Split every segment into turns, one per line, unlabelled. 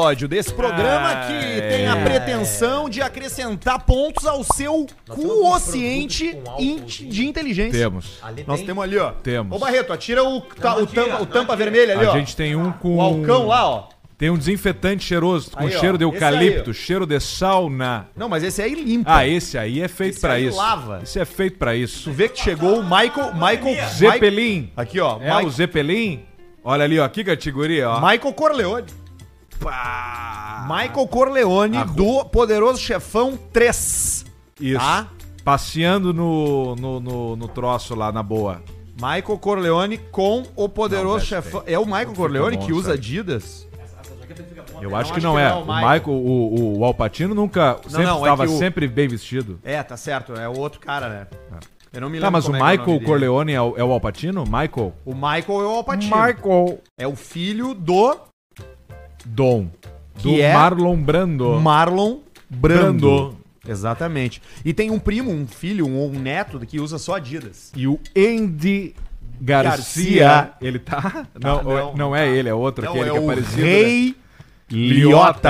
episódio desse programa
Ah,
que
é.
tem a pretensão de acrescentar pontos ao seu quociente in- de inteligência.
Temos.
Nós temos ali, ó.
Temos.
Ô Barreto, atira o, ta- o tampa, o tampa vermelha ali,
A
ó.
gente tem um com.
O alcão lá, ó.
Tem um desinfetante cheiroso, com
Aí, ó,
cheiro de
esse aí,
eucalipto,
ó.
cheiro de sauna.
Não, mas esse aí é limpa.
Ah, esse aí é feito
Esse
pra
aí
isso.
lava.
Esse é feito pra isso.
Tu vê que chegou o Michael. Michael. Michael
Zeppelin.
aqui, ó.
É
Mi-
o Zeppelin? Olha ali, ó. Que categoria, ó.
Michael Corleone.
Pá.
Michael Corleone
Arru-
do Poderoso Chefão 3.
Isso.
Tá?
Passeando no, no, no, no troço lá, na boa.
Michael Corleone com o poderoso chefão. É o Michael Corleone
bom,
que usa
sabe?
Adidas?
Eu acho que não é. O
Michael-
Michael, o, o, o Al Pacino nunca. sempre
não, é
estava
que o-
sempre bem vestido.
É, tá certo. É o outro cara, né? Eu não me lembro.
Tá, mas o
como é que é
Michael
nome dele.
Corleone é o, é o Al Pacino? Michael?
O Michael é o Alpatino.
Michael.
É o filho do
Dom. Do
Que é-
Marlon Brando.
Marlon Brando.
Brando.
Exatamente. E tem um primo, um filho, um, um neto que usa só Adidas.
E o Andy Garcia.
Garcia.
Ele tá? Não,
não,
não, é
tá.
ele, é outro,
Não,
aquele
é
que é
o
parecido. né?
Rei Liotta.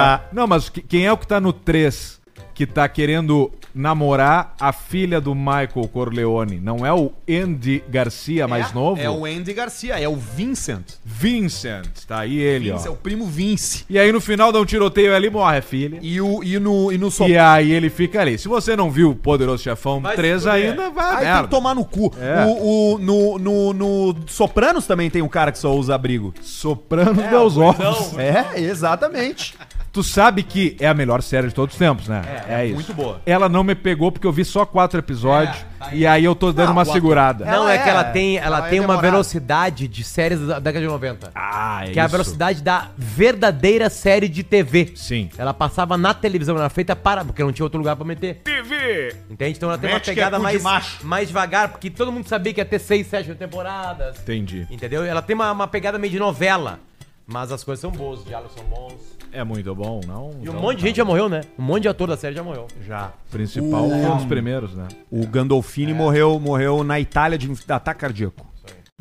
Liotta. Não, mas que- quem é o que tá no 3 que tá querendo namorar a filha do Michael Corleone? Não é o Andy Garcia Tá mais
É,
novo?
É o Andy Garcia, é o Vincent.
Vincent. Tá aí ele,
Vince, é
ó.
o primo Vince.
E aí no final dá um tiroteio ali e morre a filha.
E, o, e no, e no so-
E aí ele fica ali. Se você não viu o Poderoso Chefão 3 ainda, vai.
Aí tem
é merda.
que tomar no cu.
É.
O, o- no, no, no Sopranos também tem um cara que só usa abrigo.
Soprando é, meus ovos.
É, exatamente.
Tu sabe que é a melhor série de todos os tempos, né?
É, é muito boa.
Ela não me pegou porque eu vi só quatro episódios e aí eu tô dando
Não,
uma
o ator-
segurada.
Ela
Não, é,
é,
que ela tem, ela
ela é
tem uma
demorada.
velocidade de séries da década de 90.
Ah, é
que é a
isso.
velocidade da verdadeira série de TV.
Sim.
Ela passava na televisão, era feita para. Porque não tinha outro lugar pra meter. TV! Entende? Então ela tem
Mete que
uma
é
pegada
cu de
mais,
macho.
mais devagar, porque todo mundo sabia que ia ter seis, sete temporadas.
Entendi.
Entendeu? Ela tem uma, uma pegada meio de novela. Mas as coisas são boas, os diálogos são bons.
É muito bom, não? Então tá.
E um monte de gente já morreu, né? Um monte de ator da série já morreu.
Então tá. Já.
Principal
O-
foi um dos primeiros, né?
O Gandolfini morreu, morreu na Itália de ataque cardíaco.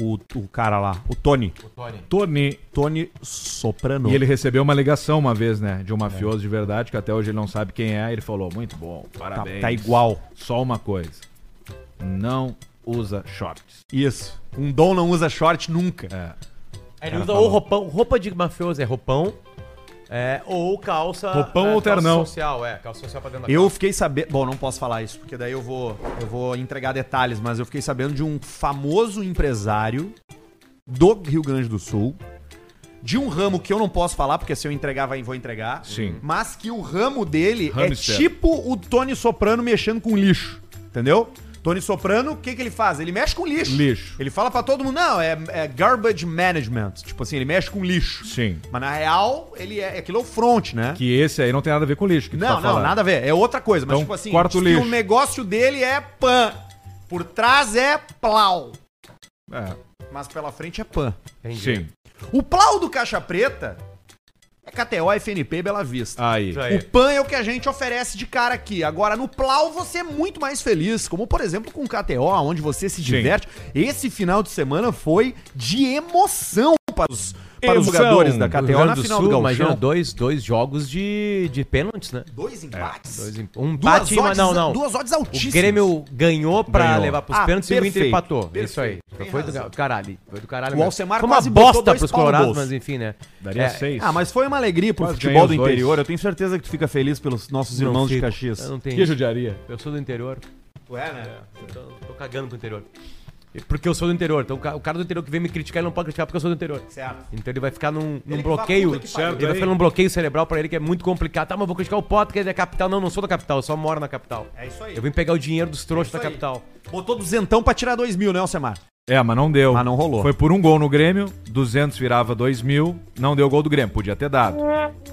O, o cara lá, o Tony.
O Tony.
Tony.
Tony Soprano.
E ele recebeu uma ligação uma vez, né? De um mafioso de verdade, que até hoje ele não sabe quem é. Ele falou, muito bom,
tá,
parabéns.
tá igual.
Só uma coisa. Não usa shorts.
Isso. Um dom não usa short nunca.
É.
Aí ele
Ela
usa
falou.
ou roupão, roupa de mafioso é roupão, é, ou calça.
Roupão
é,
ou
calça
ternão?
social, é, calça social pra dentro da
Eu fiquei sabendo. Bom, não posso falar isso, porque daí eu vou, eu vou entregar detalhes, mas eu fiquei sabendo de um famoso empresário do Rio Grande do Sul. De um ramo que eu não posso falar, porque se eu entregar, vai, vou entregar.
Sim.
Mas que o ramo dele
Hamster.
é tipo o Tony Soprano mexendo com lixo. Entendeu? Tony Soprano, o que, que ele faz? Ele mexe com lixo.
Lixo.
Ele fala pra todo mundo, não, é, é garbage management. Tipo assim, ele mexe com lixo.
Sim.
Mas na real, ele é. Aquilo é o front, né?
Que esse aí não tem nada a ver com lixo que tu
Não,
tá
não,
falando.
nada a ver. É outra coisa. Mas,
Então,
tipo assim,
corta o
diz que
lixo.
o negócio dele é pan. Por trás é plau.
É,
Mas pela frente é pan.
Entendi.
sim.
O plau do Caixa Preta é KTO, FNP, Bela Vista.
Aí.
Isso aí.
O PAN é o que a gente oferece de cara aqui. Agora, no Plau, você é muito mais feliz. Como, por exemplo, com o KTO, onde você se diverte. Esse final de semana foi de emoção para os, para os
Emoção.
jogadores da KTO
Rio Grande
na
do
final
Sul,
do
imagina
Gauchão.
dois, dois jogos de, de pênaltis, né?
Dois empates.
Dois em- um
Duas
empate, mas não,
odds-
não.
Duas odades
O
altíssimas.
Grêmio ganhou pra
Ganhou.
levar pros
Ah,
pênaltis e o Inter
perfeito,
empatou.
perfeito.
Isso aí.
Tem
Foi do
razão.
ga- caralho. Foi do caralho.
O
mesmo.
Alcemar
Foi uma
quase botou
bosta
dois
pros
pau no
colorados,
bolso.
mas enfim, né?
Daria
É,
seis.
Ah, mas foi uma alegria pro
Quase
futebol do
ganhei os dois.
interior. Eu tenho certeza que tu fica feliz pelos nossos
não
irmãos de
fico.
Caxias.
Eu não
Que
tenho. isso.
judiaria.
Eu sou do interior.
Tu é, né?
Tô, tô cagando pro interior. Porque eu sou do interior. Então o ca- o cara do interior que vem me criticar, ele não pode criticar porque eu sou do interior.
Certo.
Então ele vai ficar num, num
Ele que
bloqueio.
fala, puta que pariu.
ele vai
Certo,
ficar
aí.
num bloqueio cerebral pra ele que é muito complicado. Tá, mas eu vou criticar o Potter, que é da capital. Não, não sou da capital, eu só moro na capital.
É isso aí.
Eu vim pegar o dinheiro dos trouxas
É
da
isso aí.
capital.
Botou duzentão pra tirar dois mil, né, Alcemar?
É, mas não deu.
Mas não rolou.
Foi por um gol no Grêmio, 200 virava 2 mil, não deu gol do Grêmio, podia ter dado.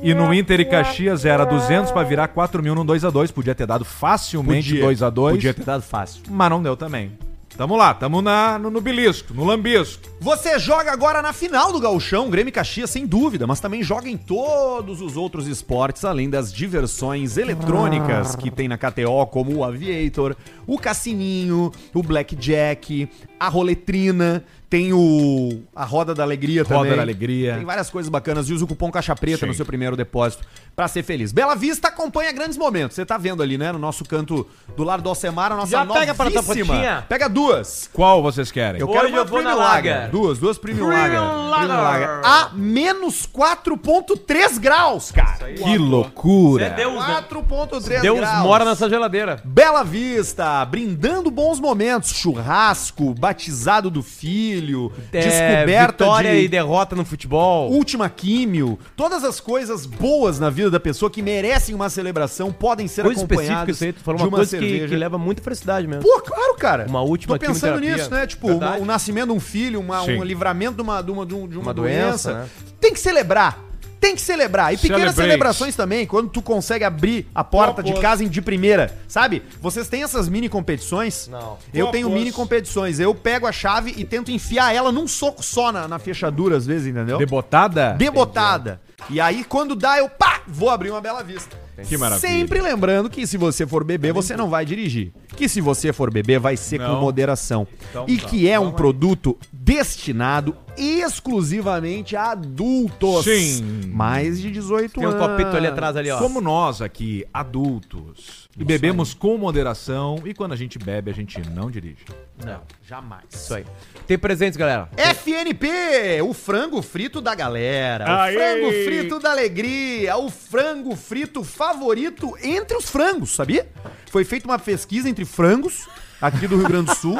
E no Inter e Caxias era 200 pra virar 4 mil num 2x2, podia ter dado facilmente 2x2,
Podia ter dado fácil.
mas não deu também. Tamo lá, tamo na, no, no belisco, no lambisco.
Você joga agora na final do Gauchão, Grêmio e Caxias, sem dúvida, mas também joga em todos os outros esportes, além das diversões eletrônicas que tem na KTO, como o Aviator, o Cassininho, o Blackjack, a Roletrina. Tem o a Roda da Alegria
Roda
também.
da Alegria.
Tem várias coisas bacanas. E usa o cupom Caixa Preta no seu primeiro depósito pra ser feliz. Bela Vista acompanha grandes momentos. Você tá vendo ali, né? No nosso canto do lado do Alcemar, a nossa
Já pega pra tua
novíssima-
potinha.
Pega duas.
Qual vocês querem?
Eu
Hoje
quero uma
eu vou na
Premium
Lager.
Lager. Duas, duas Premium,
Premium
Lager.
Lager.
Premium A menos 4.3 graus, cara.
Que loucura!
Você deu- Deus, né?
4.3
Deus
graus.
mora nessa geladeira.
Bela Vista, brindando bons momentos, churrasco, batizado do filho, descoberta
É, vitória
de
e derrota no futebol.
última químio, todas as coisas boas na vida da pessoa que merecem uma celebração podem ser
coisa específica
acompanhadas
isso aí, tu falou
de
uma,
uma
coisa que,
cerveja.
que leva muita felicidade mesmo.
Pô, claro, cara.
Uma última
Tô pensando
quimioterapia.
nisso, né? Tipo,
Verdade.
uma- o nascimento de um filho, uma-
Sim.
um livramento de uma, de uma, de um- de uma
Uma
doença.
doença, né?
Tem que celebrar. Tem que celebrar. E pequenas
Celebrate.
celebrações também, quando tu consegue abrir a porta de casa em de primeira. Sabe? Vocês têm essas mini competições?
Não.
Eu tenho mini competições. Eu pego a chave e tento enfiar ela num soco só na, na fechadura, às vezes, entendeu?
Debotada?
debotada. E aí, quando dá, eu pá, vou abrir uma bela vista.
Que maravilha.
Sempre lembrando que se você for beber, você não vai dirigir. Que se você for beber, vai ser com
Não.
moderação.
Então
e
tá.
que é um
Vamos aí.
produto destinado exclusivamente a adultos.
Sim.
Mais de 18
Tem um
anos.
copito ali atrás ali, ó.
Como nós aqui, adultos, e bebemos com moderação e quando a gente bebe, a gente não dirige.
Não.
Jamais.
Isso aí. Tem presentes, galera.
FNP, o frango frito da galera, o
Aê!
frango frito da alegria, o frango frito favorito entre os frangos, sabia? Foi feita uma pesquisa entre frangos aqui do Rio Grande do Sul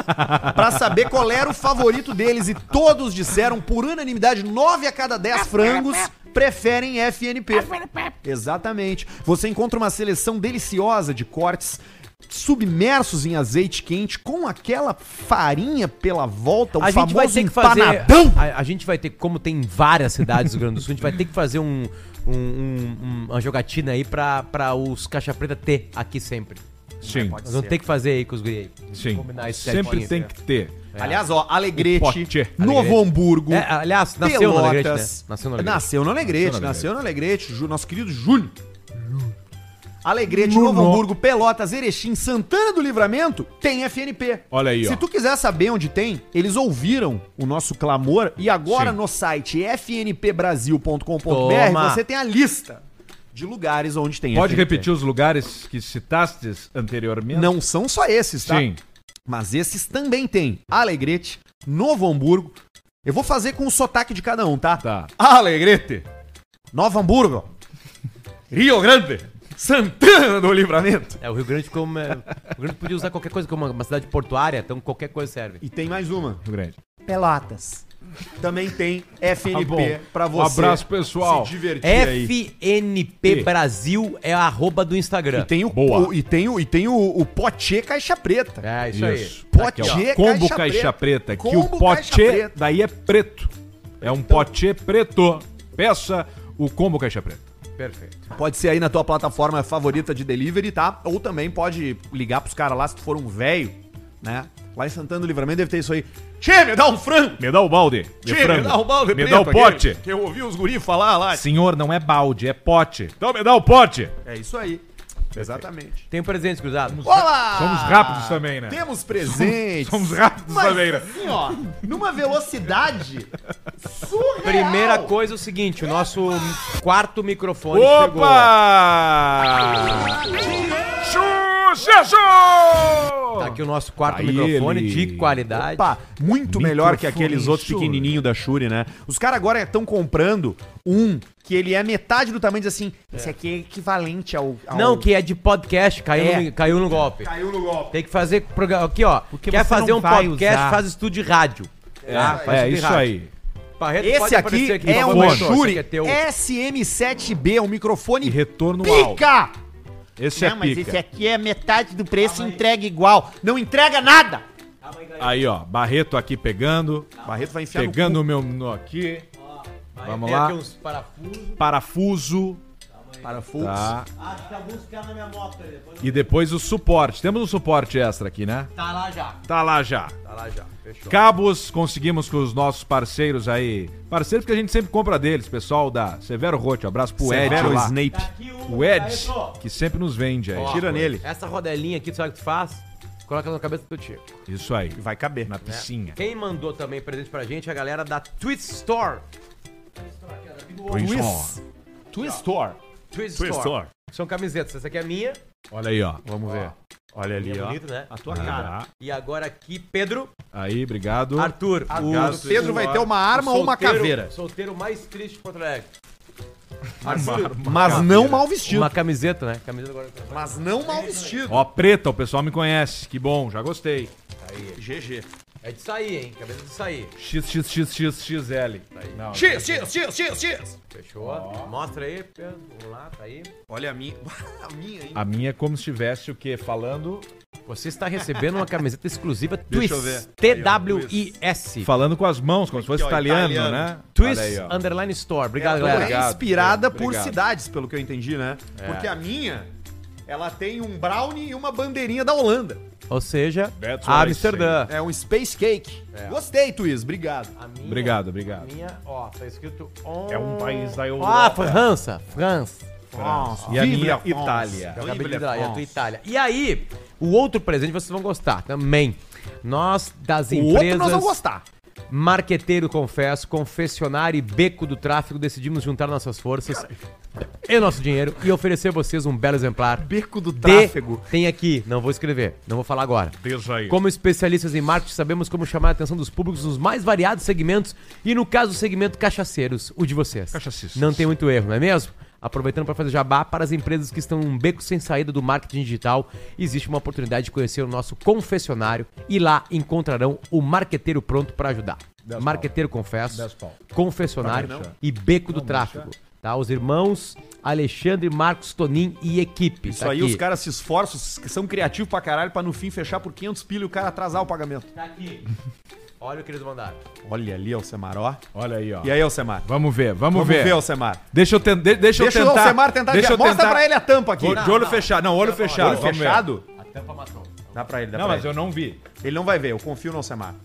pra saber qual era o favorito deles e todos disseram por unanimidade, 9 a cada 10 frangos preferem FNP. Exatamente. Você encontra uma seleção deliciosa de cortes submersos em azeite quente com aquela farinha pela volta, o
a gente
famoso
vai ter que fazer.
empanadão.
A, a gente vai ter, como tem em várias cidades do Rio Grande do Sul, a gente vai ter que fazer um, um- um- uma jogatina aí pra, pra os caixa preta ter aqui sempre.
Sim,
Nós vamos ter que fazer aí com os guri aí.
sim.
Combinar esse
Sempre
certinho. né?
tem que ter.
É. Aliás, ó, Alegrete,
pote.
Novo
Alegrete.
Hamburgo,
um
É, aliás, nasceu no Alegrete, né?
Pelotas.
Nasceu no Alegrete.
Nasceu no Alegrete,
Nasceu no
nasceu no Alegrete, Ju- nosso querido Júlio. Alegrete,
No-
Novo
no-
Hamburgo, Pelotas, Erechim, Santana do Livramento, tem FNP.
Olha aí,
Se
ó.
tu quiser saber onde tem, eles ouviram o nosso clamor e agora
Sim.
no site fnpbrasil.com.br
Toma.
você tem a lista de lugares onde tem
Pode
FNP.
repetir os lugares que citastes anteriormente?
Não são só esses, tá?
Sim.
Mas esses também tem Alegrete, Novo Hamburgo. Eu vou fazer com o sotaque de cada um, tá?
Tá.
Alegrete, Novo Hamburgo, Rio Grande, Santana do Livramento.
É, o Rio Grande ficou. uma- O Rio Grande podia usar qualquer coisa, como uma, uma cidade portuária, então qualquer coisa serve.
E tem mais uma,
Rio Grande.
Pelotas. Também tem
Tá bom.
FNP pra
Um
você
abraço, pessoal.
se divertir aí.
FNP
E?
Brasil é a arroba do Instagram.
E tem o,
Boa.
o- e tem o e tem o, o Potê Caixa Preta.
É,
Isso.
isso,
aí.
Aqui, ó.
Potê,
Combo
é caixa preta.
caixa, preta, que
Combo
o
caixa
potê
preta. Então.
daí é preto. É um potê preto. Peça o combo caixa preta.
Perfeito.
Pode ser aí na tua plataforma favorita de delivery, tá? Ou também pode ligar pros caras lá se tu for um velho, né? Lá em Santana do Livramento deve ter isso aí. Tchê, me dá um frango!
Me dá o balde. de
Tchê, me
frango.
dá um balde
Me
preto
dá o
aqui,
pote.
Que eu ouvi os guri falar lá.
Senhor, não é balde, é pote. Então me dá o pote.
É isso aí. Exatamente.
Tem um presente, cruzado.
Olá!
Somos rápidos também, né?
Temos presentes.
Somos rápidos
Mas,
também, né?
assim, ó, numa velocidade surreal.
Primeira coisa é o seguinte, o nosso quarto microfone
Opa! Sucesso!
Tá aqui o nosso quarto
Aí
microfone
ele.
de qualidade.
Opa, muito melhor que
Microfone
aqueles outros
Shure.
pequenininhos da Shure, né? Os caras agora estão comprando um que ele é metade do tamanho, diz assim, esse aqui é equivalente ao... ao-
Não, que é de podcast, caiu,
É.
no, caiu no golpe.
Caiu no golpe.
Tem que fazer programa. Aqui, ó. Quer
você
fazer
não
um
vai
podcast,
usar.
faz estúdio de rádio. Tá? Faz
É
estúdio de
isso
rádio.
aí.
Barreto,
Esse
pode
aqui,
aparecer
é
por
um
favor.
Shure
Esse aqui é teu.
SM7B, um microfone
E retorno alto.
pica!
Esse
Não,
é
mas
pica.
esse aqui é metade do preço e entrega igual. Não entrega nada!
Aí, ó, Barreto aqui pegando,
Barreto vai enfiar
pegando o meu no aqui,
Vai
Vamos
ter
lá.
aqui uns parafusos.
parafuso,
no parafuso.
tá?
Acho que alguns ficaram na minha moto ali. Depois eu-
E depois o suporte. Temos um suporte extra aqui, né?
Tá lá já.
Tá lá já.
Tá lá já. Fechou.
Cabos conseguimos com os nossos parceiros aí. Parceiros que a gente sempre compra deles, pessoal da Severo Rote. Abraço pro
Severo
Ed lá.
Snape.
Aqui
O Ed, que sempre nos vende aí.
Ó,
Tira nele.
Essa rodelinha aqui, sabe o que tu faz? Coloca ela na cabeça do Tico.
Isso aí.
Vai caber.
Na
né?
piscinha.
Quem mandou também presente pra gente é a galera da Twist Store.
É.
Twist
Twist Store.
Twist,
Twist
Store.
Store.
São camisetas. Essa aqui é a minha.
Olha aí, ó.
Vamos ver. Olha ali,
Minha
ó.
bonito, né?
A tua cara.
Ah,
E agora aqui, Pedro.
Aí, obrigado.
Arthur.
O Pedro vai ter uma arma ou uma
solteiro-
caveira.
Solteiro mais triste de Porto Alegre.
Mas não mal vestido.
Uma camiseta, né? Camiseta agora.
Mas não mal vestido.
Ó, preta, o pessoal me conhece. Que bom, já gostei.
GG.
É de sair, hein? Camisa de sair.
XXXXXL. Não,
X, X, X, X, X.
Fechou? Mostra aí, Pedro. Vamos lá, tá aí.
Olha a minha. A minha, hein?
A minha é como se estivesse o quê? Falando.
Você está recebendo uma camiseta exclusiva
Deixa eu
Twist.
ver.
T-W-I-s.
Falando com as mãos, como se fosse
ó,
italiano,
italiano.
né? Olha
Twist
aí, ó.
Underline Store. Obrigado,
Ela
galera.
Obrigado,
é inspirada
obrigado,
por
obrigado.
cidades, pelo que eu entendi, né? Porque a minha, ela tem um brownie e uma bandeirinha da Holanda.
Ou seja,
That's what I
Amsterdã.
É um space cake. Gostei, Twiz. Obrigado.
A minha-
Obrigado, obrigado.
a minha, ó, tá escrito
É um país da
Ah,
Europa.
França. França.
E a minha, é Itália.
Eu acabei de dar, e a tua Itália. E aí, o outro presente vocês vão gostar também. Nós, das
O outro
empresas,
nós vamos gostar.
Marqueteiro Confesso, Confessionário e Beco do Tráfico, decidimos juntar nossas forças e nosso dinheiro e oferecer a vocês um belo exemplar.
Beco do
De, tem aqui, não vou escrever, não vou falar agora.
Deixa aí.
Como especialistas em marketing, sabemos como chamar a atenção dos públicos nos mais variados segmentos e, no caso, o segmento cachaceiros, o de vocês.
Cachacistas.
Não tem muito erro, não é mesmo? Aproveitando para fazer jabá para as empresas que estão num beco sem saída do marketing digital, existe uma oportunidade de conhecer o nosso confessionário e lá encontrarão o marqueteiro pronto para ajudar.
Dez
marqueteiro confesso,
Dez pau.
confessionário
Não vai deixar.
e beco do
Não
tráfego. Tá? Os irmãos Alexandre, Marcos, Tonin e equipe.
Isso
Tá
aí,
aqui.
os caras se esforçam, s- são criativos pra caralho, pra no fim fechar por 500 pilha e o cara atrasar o pagamento.
Tá aqui. Olha o que eles mandaram.
Olha ali, Alcemar, ó.
Olha aí, ó.
E aí, Alcemar?
Vamos ver, vamos,
Vamos
ver.
ver, Alcemar.
Deixa eu, ten... de- deixa eu
Deixa o
tentar.
Alcemar tentar
Deixa
adiar.
eu
Mostra
tentar.
pra ele a tampa aqui.
Ô, De olho fechado. Não, olho
Não, não,
fechado.
Olho
vamos ver.
fechado?
A tampa matou.
Dá pra ele, dá
Não,
pra
mas
ele.
eu não vi.
Ele não vai ver, eu confio no Alcemar.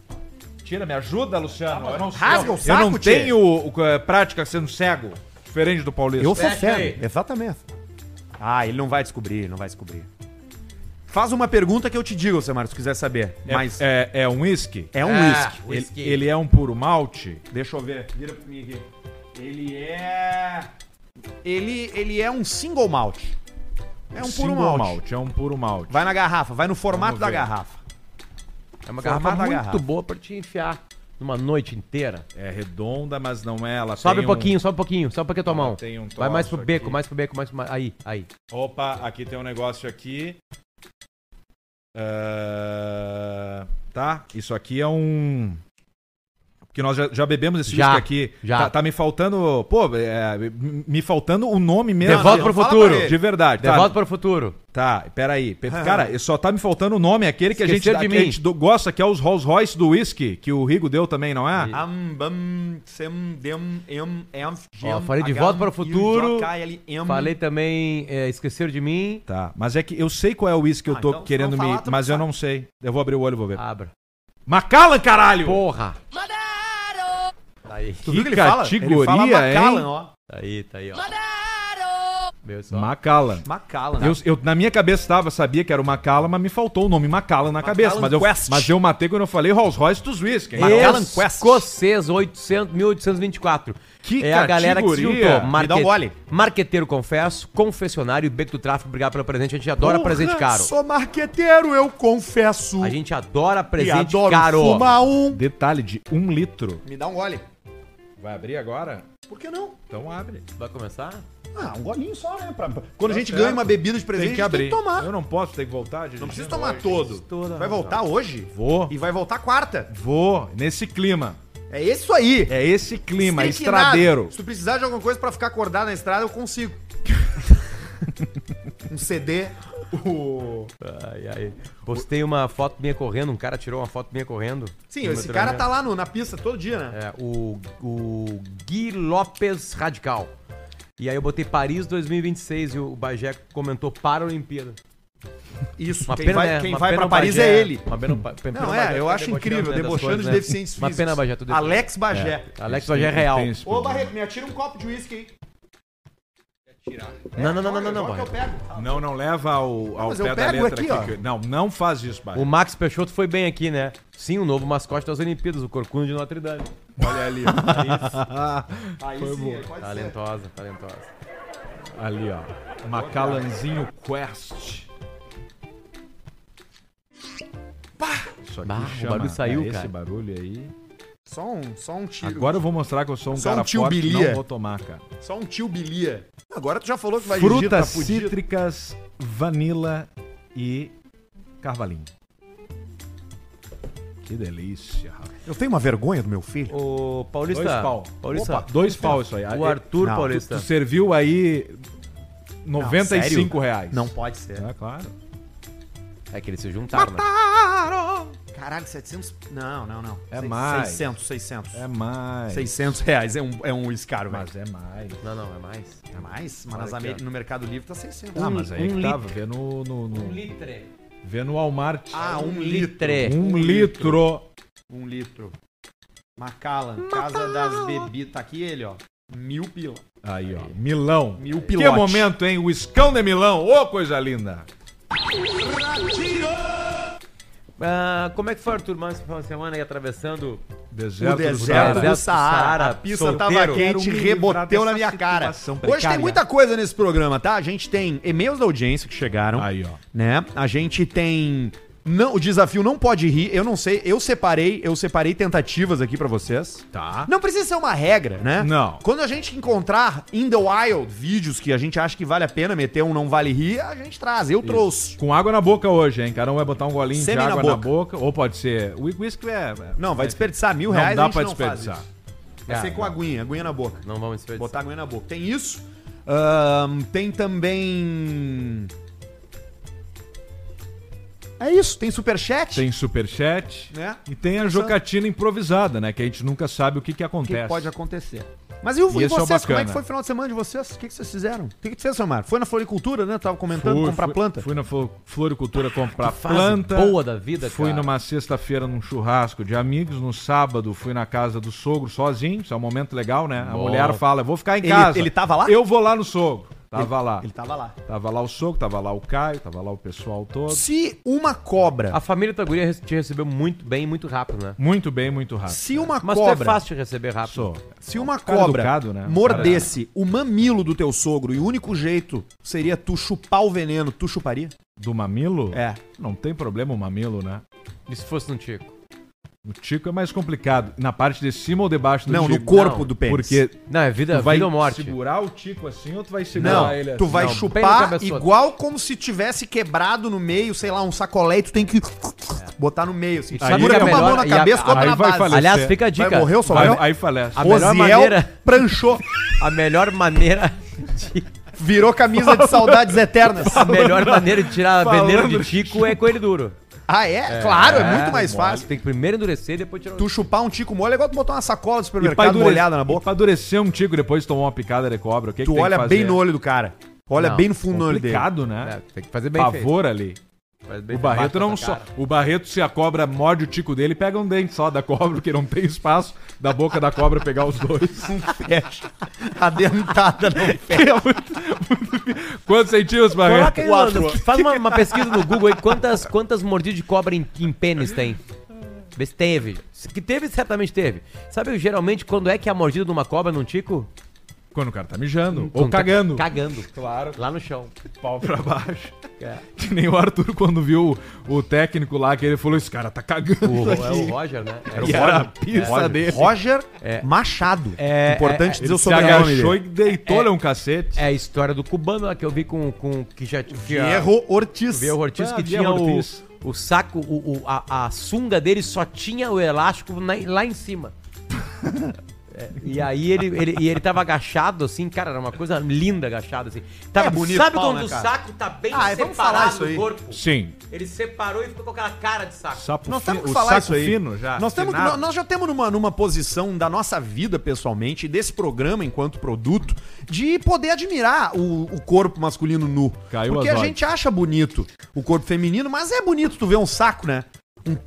Tira, me ajuda, Luciano. eu não,
rasga o
eu
saco,
não
tchê.
tenho o- o- eh, prática sendo cego. Diferente do Paulista.
Eu sou
Fecha
cego.
aí.
Exatamente. Ah, ele não vai descobrir, ele não vai descobrir. Faz uma pergunta que eu te digo, Alcemar, se tu quiser saber.
É,
mas é,
é, é um uísque?
um
Ah,
whisky.
Ele,
whisky.
ele é um puro malte?
Deixa eu ver. Vira pra mim aqui. Ele é. Ele, ele é um single malt. É um puro
Single
malt.
É um puro malte.
Vai na garrafa, vai no formato
Vamos
da
ver.
garrafa.
É uma
Formato
garrafa
da
muito
garrafa.
boa pra te enfiar numa noite inteira.
É redonda, mas não é. Ela
Sobe
tem
um pouquinho, sobe um pouquinho, sobe um pouquinho a tua
Ela
mão.
tem um
Vai mais pro
troço
beco,
aqui.
mais pro beco, mais pro... mais- Aí, aí.
Opa, aqui tem um negócio aqui. Ah, tá, isso aqui é um... Porque nós já, já bebemos esse
Já,
whisky aqui.
já.
Tá, tá me faltando... Pô, é, me faltando o nome mesmo.
De volta
de-
pro
fala
futuro.
pra ele.
De verdade,
De volta
tá,
para o futuro.
tá, peraí. Pe- Cara, só tá me faltando o nome, aquele que a gente,
Esqueceram de
que a
mim.
gente do- gosta, que é os Rolls Royce do whisky, que o Rigo deu também, não é?
Am, bam, sem, dem, em, enf,
Ó,
gem,
falei de
agam,
Volta para o
iu,
Futuro.
joca, ele, em.
Falei também, é, esqueceram de mim.
Tá, mas é que eu sei qual é o uísque que eu
Ah,
tô
então, se
querendo
não falar,
me...
tu não
Mas eu
sabe. Ah.
não sei. Eu vou abrir o olho e vou ver.
Abra.
Macallan, caralho!
Porra! Tá aí,
Tu viu que ele
Que
fala?
categoria,
ele fala Macallan,
hein?
ó.
tá aí, tá aí, ó. Meu só.
Macallan.
Macallan.
Eu, eu- na minha cabeça estava, sabia que era o Macala, mas me faltou o nome Macala na cabeça. Mas eu,
Quest.
mas eu matei quando eu falei Rolls Royce dos Whisky.
Mas- Macallan Quest.
Escocês 800, 1824.
Que
é a galera que se
categoria.
juntou.
Me
dá um gole.
Marqueteiro, confesso. Confessionário e Beco do Tráfico. Obrigado pelo presente. A gente adora presente caro.
Sou marqueteiro, eu confesso.
A gente adora
E
presente
Hum. adoro
caro.
fumar um.
Detalhe de um litro.
Me dá um gole.
Vai abrir agora?
Por que não?
Então abre.
Vai começar?
Ah, um golinho só, né? Pra- pra- Quando a gente
certo.
ganha uma bebida de presente,
Tem que
a gente
abrir.
tem que tomar.
Eu não posso, tem que voltar.
Não
dirigindo
precisa tomar
hoje.
todo.
Toda
Vai voltar hoje?
Vou.
E vai voltar quarta.
Vou nesse clima.
É isso aí.
É esse clima,
Estriquinado.
estradeiro.
Se tu precisar de alguma coisa pra ficar acordado na estrada, eu consigo. um CD.
Ai, ai. Postei uma foto minha correndo, um cara tirou uma foto minha correndo.
Sim,
No
esse
meu
cara
treinamento.
tá lá no- na pista todo dia, né?
É, o, o Gui Lopes Radical. E aí eu botei Paris 2026 e o Bagé comentou para a Olimpíada.
Isso.
Uma
quem
pena,
vai,
né?
quem
Uma
vai
pena
pra
o
Paris
Bagé.
é ele.
Uma pena, o Pa- pena
Não,
o
é,
Bagé
eu
tá
acho incrível,
né, das
debochando
coisas,
de
né?
deficientes
Uma
físicos.
pena, Bagé, tu debochando.
Alex Bagé.
Alex Bagé é real.
Tem esse
Ô,
problema.
Barreto, me atira um copo de uísque aí. Tirar.
Não, não, não, não, não, não,
Olha, olha
vai.
que eu pego.
Não, não leva ao, ao
mas eu
pé da
pego
letra
aqui,
aqui.
ó.
que- Não, não faz isso, pai.
O Max Peixoto foi bem aqui, né? Sim, o novo mascote das Olimpíadas, o Corcunda de Notre Dame.
Olha ali.
Aí sim, aí pode ser.
Talentosa, talentosa.
ali, ó. Macalanzinho Quest. Isso aqui
Bah, o
chama-
barulho saiu,
é Esse
cara.
barulho aí.
Só um, só um tiro.
Agora eu vou mostrar que eu sou um
Só um
cara
tio
forte
Bilia.
não vou tomar, cara.
Só um tio Bilia. Agora tu já falou que vai tá digitar
Frutas
podia-
cítricas, vanila e carvalhinho. Que delícia, rapaz.
Eu tenho uma vergonha do meu filho.
Ô, Paulista.
Dois pau.
Paulista.
Opa, dois pau isso aí.
O Arthur
Não, tu-
Tu,
Paulista.
tu serviu aí
sério?
95 reais.
Não pode ser.
É, claro.
É que eles se juntaram, né?
Caralho, 700. Não, não, não.
É
Sei-
mais.
600, 600.
É mais.
600 reais é um, é um iscaro, velho.
Mas é mais.
Não, não, é mais.
É mais? Mas
Olha
nas
aqui,
Ameri-
ó.
no Mercado Livre tá 600.
Ah,
Um-
mas aí
um
que tava. Vê no, no, no,
litre.
vê no Walmart.
Ah, um,
Um
litro.
litre.
um
um
litro.
Um litro. Macallan, Casa das Bebidas. Tá aqui ele, ó. Mil pila.
Aí, ó. Milão.
Mil
Que
pilote.
momento, hein? O escão de Milão. Ô, coisa linda.
Ah, como é que foi, Arthur, mais uma semana aí atravessando...
Deserto,
o
do
deserto do
Saara.
Saara.
do Saara,
A pista
solteiro.
tava
Quero
quente,
me
reboteu
livrar
na
dessa
minha cara.
situação
Hoje tem
precária.
muita coisa nesse programa, tá? A gente tem e-mails da audiência que chegaram.
Aí, ó.
né? A gente tem não, o desafio não pode rir. Eu não sei, eu separei, eu separei tentativas aqui pra vocês.
Tá.
Não precisa ser uma regra, né?
Não.
Quando a gente encontrar in the wild vídeos que a gente acha que vale a pena meter um não vale rir, a gente traz. Eu trouxe.
Com água na boca hoje, hein? Cada um vai botar um golinho
Semi
de
na
água na boca. Ou pode ser. O whisky é.
Não, vai desperdiçar mil
Não
reais. a gente
dá pra
faz
desperdiçar. É.
isso. Vai
Ah,
ser com
não.
aguinha, aguinha na boca.
Não vamos desperdiçar.
Botar aguinha na boca. Tem isso. Ahn, tem também. É isso, tem superchat.
Tem superchat.
Né?
E tem a jocatina improvisada, né? Que a gente nunca sabe o que, que
que
acontece.
pode acontecer. Mas e, o,
E
e
esse é o
vocês, como é que
bacana.
foi o final de semana de vocês? O que, que vocês fizeram? O que, que vocês Samar? Foi na floricultura, né? Tava comentando,
Fui,
comprar
fui-
planta.
Fui na flo- floricultura comprar
fase
planta.
boa da vida,
Fui
cara.
numa sexta-feira num churrasco de amigos. No sábado fui na casa do sogro sozinho. Isso é um momento legal, né? A
Bom.
mulher fala, "Eu vou ficar em
Ele-
casa.
ele tava lá?
Eu vou lá no sogro. Tava lá.
Ele tava lá.
Tava lá o sogro, tava lá o Caio, tava lá o pessoal todo.
Se uma cobra.
A família Taguria res- te recebeu muito bem, e muito rápido, né?
Muito bem, muito rápido.
Se uma
Mas tu é
cobra.
fácil de receber rápido.
Sou.
Se uma
Cara
cobra
educado, né?
mordesse o mamilo do teu sogro e o único jeito seria tu chupar o veneno, tu chuparia?
Do mamilo?
É.
Não tem problema o mamilo, né?
E se fosse um Tico?
O tico é mais complicado. Na parte de cima ou debaixo do
não,
tico?
no corpo
Não,
do pênis.
Porque
Não, é vida,
tu vai
vida ou morte.
segurar o tico assim ou tu vai segurar
Não,
ele assim?
tu vai
Não, bem na
chupar
cabeçota.
igual como se tivesse quebrado no meio, sei lá, um sacolé, e tu tem que botar no meio. Assim.
E
sabe
Segura
que é
com a mão
melhor?
na
E a-
cabeça, com a
aí
na
vai
base.
falecer.
Aliás, fica a dica.
Vai morrer o
Vai-
Samuel?
Aí falece.
A melhor
Oziel
maneira-
pranchou,
A melhor maneira de...
virou camisa de saudades eternas.
A melhor maneira de tirar
Falando
veneno de
de
tico é com ele duro.
Ah, é? claro, é, muito mais
mole.
fácil.
Tem que primeiro endurecer e depois tirar o
Tu chupar um tico mole é igual tu botar uma sacola do
E pra
supermercado
endure-
molhada na
e
boca.
pra endurecer um tico e depois tomar uma picada de cobra, o que que
Tu
tem que
olha
fazer?
bem no olho do cara. Olha
Não,
bem no fundo do olho dele.
Complicado,
É,
né?
tem que fazer bem
Pavor ali.
feito. Faz bem
O
feito.
Barreto
Bate
não
na
só.
cara.
O Barreto, se a cobra morde o tico dele, pega um dente só da cobra, porque não tem espaço da boca da cobra pegar os dois.
Um
É
Fecha. A dentada não fecha.
Quantos centímetros, Barreto?
Coloca aí, Leandro, Faz uma, uma pesquisa no Google aí, quantas, quantas mordidas de cobra em, em pênis tem? Vê se teve. Se que teve, certamente teve. Sabe, geralmente, quando é que é a mordida de uma cobra num tico?
Quando o cara tá mijando. ou
Quando tá
cagando.
Cagando. Claro. Lá no chão.
Pau pra baixo. Que nem o Arthur quando viu o, o técnico lá, que ele falou: esse cara tá cagando.
O, é o Roger, né? Era o
E era a pista dele.
Roger Machado.
É,
Importante
é,
dizer o
Se
sobrenome
agachou
dele.
e deitou-lhe um cacete.
É a história do cubano lá que eu vi com. com que já tinha.
Erro Ortiz.
Vieira Ortiz
Ah,
que
Vieira
tinha o,
Ortiz.
o saco, o, o- a, a sunga dele só tinha o elástico na- lá em cima. É, E aí ele, ele, e ele tava agachado, assim, cara, era uma coisa linda agachado, assim. Tava,
É bonito
sabe
pau,
quando
né,
o
cara?
saco tá bem
Ah, vamos falar
separado
isso
do
aí.
corpo?
Sim.
Ele separou e ficou com aquela cara de saco.
Sapo
é. Nós temos
fino-
que
o
falar
saco
isso aí.
fino já.
nós, temos, que-
afinado.
nó- nós já temos numa, numa posição da nossa vida pessoalmente, e desse programa enquanto produto, de poder admirar o, o corpo masculino nu.
Caiu
Porque
as
a
odds.
gente acha bonito o corpo feminino, mas é bonito tu ver um saco, né?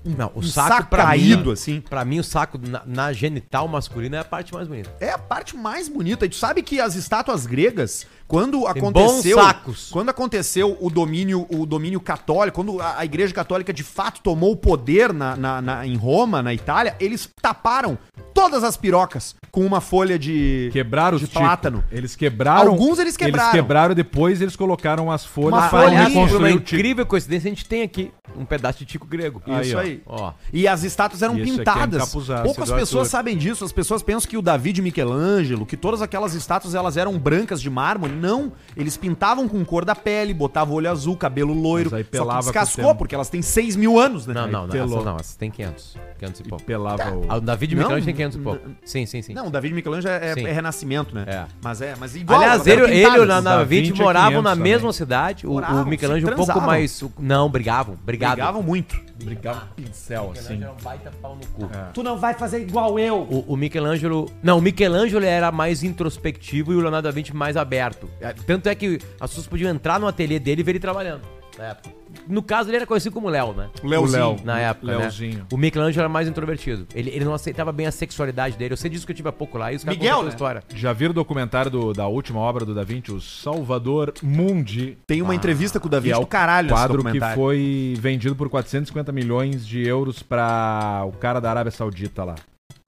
Não, o
um
saco,
saco
pra
caído,
mim,
assim.
Pra mim, o saco na, na genital masculina é a parte mais bonita.
É a parte mais bonita. E tu sabe que as estátuas gregas, quando
Tem
aconteceu,
bons sacos.
quando aconteceu o domínio, o domínio católico, quando a, a igreja católica de fato tomou o poder na, na- na- em Roma, na Itália, eles taparam todas as pirocas com uma folha de
Quebraram os
de
tico.
plátano.
Eles quebraram.
Alguns eles quebraram.
Eles quebraram depois eles colocaram as folhas
Uma
pra
folhinha.
reconstruir
Por
o
uma
tico.
incrível coincidência, a gente tem aqui um pedaço de tico grego.
Isso aí.
Ó.
E as estátuas eram
Isso aqui é
pintadas.
encapuzado,
Poucas
isso é do
pessoas
Arthur.
sabem disso. As pessoas pensam que o Davi de Michelangelo, que todas aquelas estátuas elas eram brancas de mármore. Não. Eles pintavam com cor da pele, botavam olho azul, cabelo loiro.
Mas aí
Só que
pelava com o
descascou,
tempo.
porque elas têm 6 mil anos, né?
Não, não, não,
pelou.
essas não, essas tem 500. 500 e pouco.
tipo. Pelava
Ah,
Tá.
o.
o Davi de
Não,
Michelangelo tem 500 e pouco. Sim, sim, sim.
Não, o Davi de Michelangelo é,
Sim.
é renascimento, né?
É.
Mas é, mas igual.
Aliás,
elas eram
ele, ele e o
pintadas.
na-
Davi
20 é
moravam na
500
mesma
também.
cidade. O,
né? Moravam,
o Michelangelo um pouco
transavam.
mais. Não, brigavam. Brigado.
Brigavam muito.
Brigava com pincel, assim.
né,
era um baita pau no cu.
Tu não vai fazer igual eu.
O, o Michelangelo. Não, o Michelangelo era mais introspectivo e o Leonardo da Vinci mais aberto. É, Tanto é que as pessoas podiam entrar no ateliê dele e ver ele trabalhando. Na época. No caso, ele era conhecido como Léo, né?
Leozinho.
O Léo.
Na época. né?
Leozinho.
O Michelangelo era mais introvertido. Ele, ele não aceitava bem a sexualidade dele. Eu sei disso que eu tive há pouco lá. E os caras
Miguel,
contaram a
né?
história.
Já viram o documentário do- da última obra do Da Vinci, o Salvador Mundi?
Tem uma entrevista com o Davi
Que é
do
o
caralho esse
quadro que
documentário.
foi vendido por 450 milhões de euros pra o cara da Arábia Saudita lá.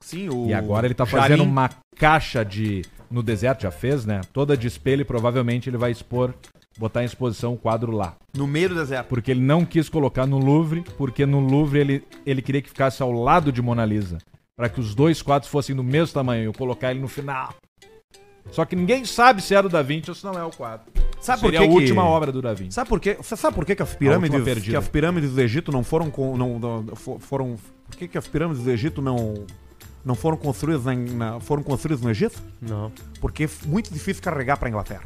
Sim, o
E agora ele tá fazendo
Jarim.
uma caixa de. No deserto já fez, né? Toda de espelho e provavelmente ele vai expor, botar em exposição o quadro lá.
no meio do deserto.
Porque ele não quis colocar no Louvre, porque no Louvre ele, ele queria que ficasse ao lado de Mona Lisa. Pra que os dois quadros fossem do mesmo tamanho. Eu colocar ele no final. Só que ninguém sabe se era o Da Vinci ou se não é o quadro.
Sabe
Seria a última obra do Da Vinci.
Sabe por quê? Você sabe por que, que as
A
pirâmides
última perdida.
que as pirâmides do Egito não foram com, não, não- fo- foram por que, que as pirâmides do Egito não não foram construídas na, na- foram construídas no Egito?
Não.
Porque é muito difícil carregar para Inglaterra.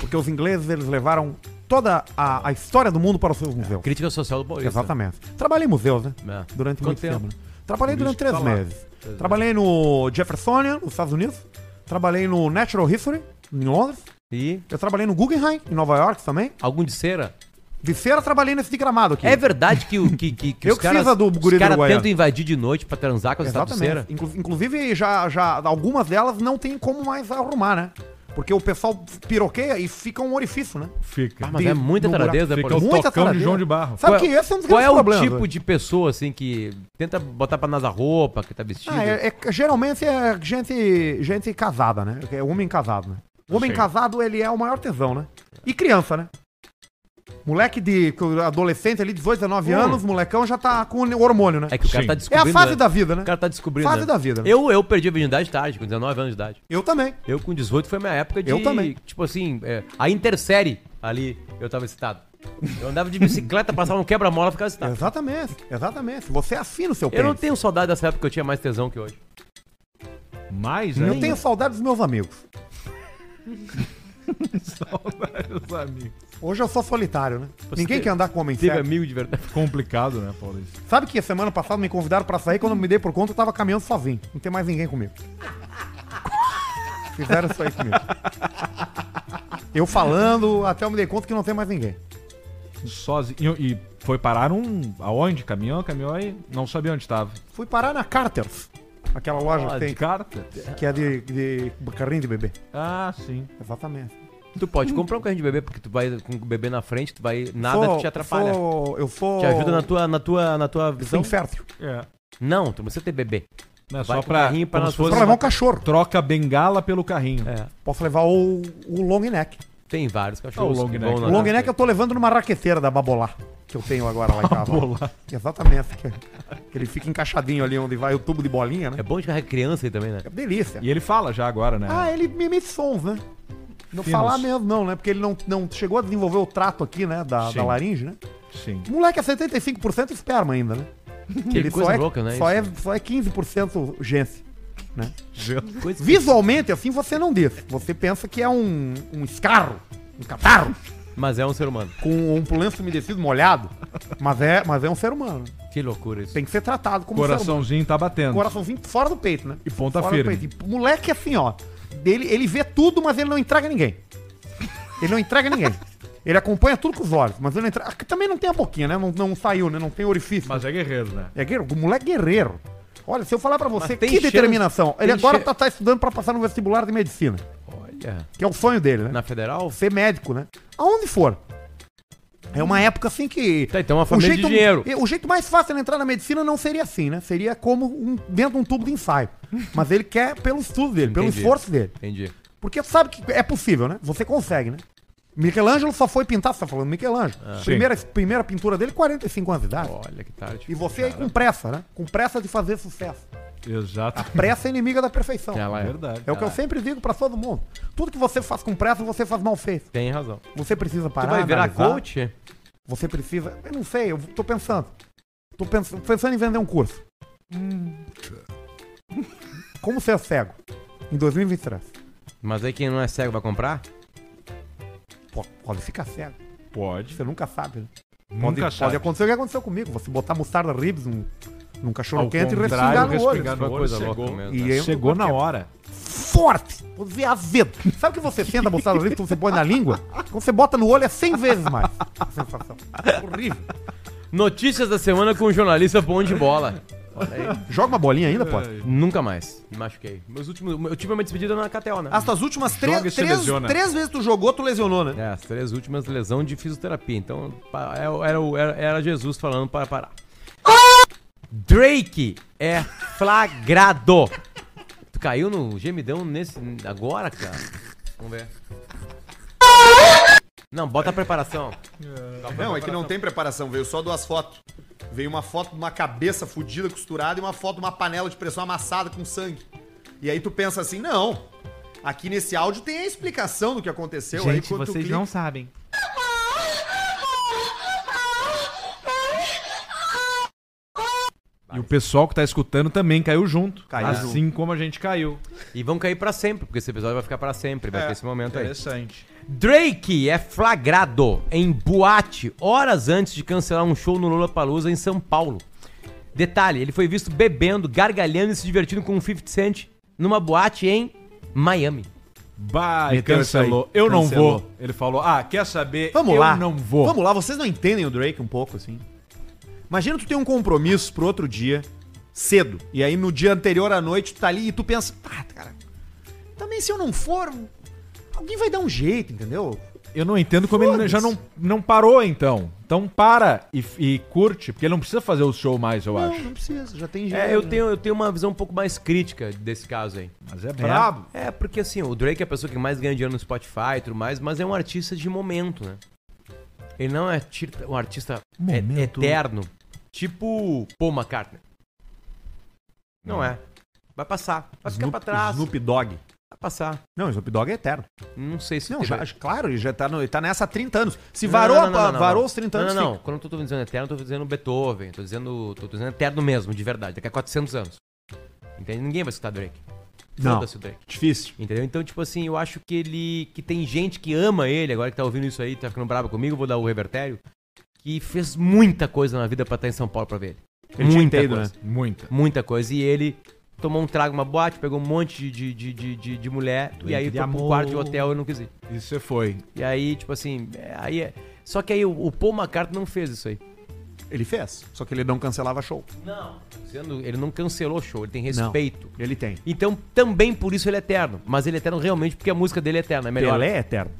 Porque os ingleses eles levaram toda a, a história do mundo para os seus museus.
É,
Crítica social do Paulista.
Exatamente. Trabalhei em museus, né?
É.
Durante
Quanto
muito
tempo?
tempo. né? Trabalhei durante três
tá lá.
meses. Trabalhei no Jeffersonian, nos Estados Unidos. Trabalhei no Natural History, em Londres.
E
Eu trabalhei no Guggenheim, em Nova York também.
algum de cera?
De feira trabalhei nesse de gramado aqui.
É verdade que, o- que, que, que
Eu que fiz a do
os
guri do
caras
Uruguaiana.
tentam invadir de noite pra transar com as estátuas de cera.
Exatamente. Inclu- inclusive, já, já algumas delas não tem como mais arrumar, né? Porque o pessoal piroqueia e fica um orifício, né?
Fica.
Ah, mas é muita
no buraco.
taradeza, é
Fica
Paulista.
o
Muita
tocão de
saladeira.
João de Barro.
Sabe
Qual
que esse é um dos
Qual
grandes
é o
problemas.
tipo de pessoa, assim, que tenta botar pra nós a roupa, que tá vestido?
Ah, é- é- geralmente é gente, gente casada, né? É homem casado, né? O homem
Sim.
casado, ele é o maior tesão, né? E criança, né? Moleque de adolescente ali, 18, 19
Hum.
anos, molecão já tá com hormônio, né?
É que o cara
Sim.
tá
É a
descobrindo.
fase
né?
da vida, né?
O cara tá descobrindo.
Fase
né?
da vida, né?
Eu, eu perdi a virgindade tarde, com 19 anos de idade.
Eu também.
Eu, com 18, foi minha época de.
Eu também.
Tipo assim, é, a intersérie ali, eu tava excitado. Eu andava de bicicleta, passava um quebra-mola e ficava excitado.
Exatamente, exatamente. Você assina o seu
Eu não
pênis.
tenho saudade dessa época que eu tinha mais tesão que hoje.
Mas
Eu tenho saudade dos meus amigos.
vários amigos.
Hoje eu sou solitário, né? Ninguém quer andar com homem
Teve
certo.
amigo de verdade.
Complicado, né, Paulista?
Sabe que semana passada me convidaram pra sair, quando eu me dei por conta, eu tava caminhando sozinho. Não tem mais ninguém comigo. Fizeram isso aí comigo. Eu falando, até eu me dei conta que não tem mais ninguém.
Sozinho. E foi parar um. Aonde? Caminhão, caminhão e não sabia onde estava.
Fui parar na Carters, aquela loja que, tem,
carta?
que é de, de carrinho de bebê.
Ah, sim.
Exatamente.
Tu pode comprar um carrinho de bebê, porque tu vai com o bebê na frente, tu vai. Nada
Sou-
te atrapalha.
sou- eu sou. um
Te ajuda na tua, na tua, na tua
Sou
visão.
infértil.
É.
Não, tu não precisa ter bebê.
Não, é
Vai
só
com o
pra.
carrinho pra
como
nós-
se
Só
fosse
levar
uma
um cachorro.
troca a bengala pelo carrinho.
É.
Posso levar o, o long neck.
Tem vários cachorros.
Ah, o long
que
neck.
vão na-
O long neck é eu tô levando numa raqueteira da Babolá, que eu tenho agora lá em casa.
Babolá.
Exatamente. Que, que ele fica encaixadinho ali onde vai o tubo de bolinha, né?
É bom de carregar criança aí também, né?
É delícia.
E ele fala já agora, né?
Ah, ele mime sons, né? Não
Finos.
falar mesmo, não, né? Porque ele não, não chegou a desenvolver o trato aqui, né? Da,
Sim.
da laringe, né?
Sim.
O moleque é 75% esperma ainda, né?
Que
Ele
coisa
só, é,
louca, né?
só,
isso?
é, só é 15% gente.
Coisa-
Visualmente, assim, você não diz. Você pensa que é um, um escarro, um catarro,
Mas é um ser humano.
com um lenço umedecido molhado. Mas é, mas é um ser humano.
Que loucura isso.
Tem que ser tratado como um ser humano.
Coraçãozinho tá batendo.
Coraçãozinho fora do peito, né?
E
tá
ponta
fora
firme.
Do peito. E moleque é assim, ó. Ele, ele vê tudo, mas ele não entrega ninguém. Ele não entrega ninguém. Ele acompanha tudo com os olhos, mas ele não entra... ah, também não tem a boquinha, né? Não, não saiu, né? Não tem orifício.
Mas é guerreiro, né?
É guerreiro, o moleque é guerreiro. Olha, se eu falar pra você,
Mas
que
tem chance-
determinação. Ele
tem
agora
chan-
tá, tá estudando pra passar no vestibular de medicina,
Olha.
que é o sonho dele, né?
Na federal?
Ser médico, né? Aonde for. É uma época assim que.
Tá, então é uma família de dinheiro.
e O jeito mais fácil de entrar na medicina não seria assim, né? Seria como um- dentro de um tubo de ensaio. Mas ele quer pelo estudo dele, pelo
Entendi.
esforço dele.
Entendi.
Porque sabe que é possível, né? Você consegue, né? Michelangelo só foi pintar, você tá falando Michelangelo.
Ah.
Primeira, primeira pintura dele, 45 anos de idade.
Olha que tarde.
E você aí com pressa, né? Com pressa de fazer sucesso.
Exato.
Pressa é inimiga da perfeição.
É, ela é.
Verdade.
É o que eu sempre digo pra todo mundo. Tudo que você faz com pressa, você faz mal feito.
Tem razão.
Você precisa
Tu
parar.
vai virar
analisar.
coach?
Você precisa. Eu não sei, eu tô pensando. Tô pens- pensando em vender um curso. Como ser cego? Em 2023.
Mas aí quem não é cego vai comprar?
Pô, pode ficar cego.
Pode.
Você nunca sabe, né? Pode,
Nunca sabe.
pode acontecer o que aconteceu comigo. Você botar mostarda ribs num, num cachorro
Ao
quente e
contrário,
respingar no olho.
respingar
Foi uma
olho,
coisa
chegou.
louca mesmo.
E eu-
Chegou na hora.
forte. Você é azedo. Sabe que você senta a mostarda ribs quando você põe na língua? Quando você bota no olho é 100 vezes mais. A sensação. Horrível.
Notícias da semana com o jornalista bom de bola. Olha aí.
Joga uma bolinha ainda,
É
pode?
Nunca mais. Me machuquei. Meus últimos, eu tive uma despedida na Catel, né?
As tuas últimas
Joga e
três,
se
três,
lesiona.
três vezes tu jogou, tu lesionou, né?
É, as três últimas lesão de fisioterapia. Então, pa- é- era, o- era, era Jesus falando para parar. Drake é flagrado. Tu caiu no gemidão nesse agora, cara? Vamos ver. Não, bota a preparação.
Não, é que não tem preparação, veio só duas fotos. Veio uma foto de uma cabeça fudida, costurada, e uma foto de uma panela de pressão amassada com sangue. E aí tu pensa assim, não. Aqui nesse áudio tem a explicação do que aconteceu. aí
Gente,
quando tu
vocês
clica-
não sabem.
E o pessoal que tá escutando também caiu junto.
Caiu
assim como a gente caiu.
E vão cair pra sempre, porque esse episódio vai ficar pra sempre, vai ter esse momento aí.
Interessante.
Drake é flagrado em boate horas antes de cancelar um show no Lollapalooza em São Paulo. Detalhe, ele foi visto bebendo, gargalhando e se divertindo com um 50 Cent numa boate em Miami.
Bah, e
Meteu essa
cancelou.
aí.
Eu não
Cancelou.
vou. Ele falou: Ah, quer saber?
Vamos
eu
lá.
não vou.
Vamos lá, vocês não entendem o Drake um pouco, assim. Imagina tu tem um compromisso pro outro dia, cedo. E aí no dia anterior à noite tu tá ali e tu pensa, ah, cara, também se eu não for, alguém vai dar um jeito, entendeu?
Eu não entendo como ele
Foda-se.
já não, não parou, então. Então para e, e curte, porque ele não precisa fazer o show mais, eu
Não,
acho.
não precisa, já tem jeito. né?"
É, eu tenho, eu tenho uma visão um pouco mais crítica desse caso aí.
Mas é brabo.
É, porque assim, o Drake é a pessoa que mais ganha dinheiro no Spotify e tudo mais, mas é um artista de momento, né? Ele não é ti- um artista e-
Momento.
eterno, tipo Paul McCartney. Não é. Vai passar. Vai ficar pra trás.
Snoop Dogg.
Vai passar.
Não, Snoop Dogg é eterno.
Não sei se
Não,
teve-
já, claro, ele já tá, no, ele tá nessa há 30 anos. Se
Não,
varou,
não, não,
a-
não, não,
varou
não.
os 30 anos,
Não, não,
sim.
não. Quando eu tô dizendo eterno, eu tô dizendo Beethoven, tô dizendo, tô dizendo eterno mesmo, de verdade, daqui a 400 anos. Entende? Ninguém vai escutar Drake.
Não.
Foda-se o Drake.
Difícil.
Entendeu? Então, tipo assim, eu acho que ele. que tem gente que ama ele, agora que tá ouvindo isso aí, tá ficando brabo comigo, vou dar o revertério. Que fez muita coisa na vida pra estar em São Paulo pra ver ele.
Ele tinha que
muita
ter ido,
coisa.
Muita.
Muita coisa. E ele tomou um trago, uma boate, pegou um monte de, de, de, de, de mulher, e aí
de
foi pro
amor.
quarto de hotel e não quis ir.
E você foi.
E aí, tipo assim, é, aí é. Só que aí o, o Paul McCartney não fez isso aí.
Ele fez, só que ele não cancelava show.
Não. Dizendo, ele não cancelou o show, ele tem respeito.
Ele tem.
Então, também por isso ele é eterno. Mas ele é eterno realmente porque a música dele é eterna, é melhor.
Pelé é eterno.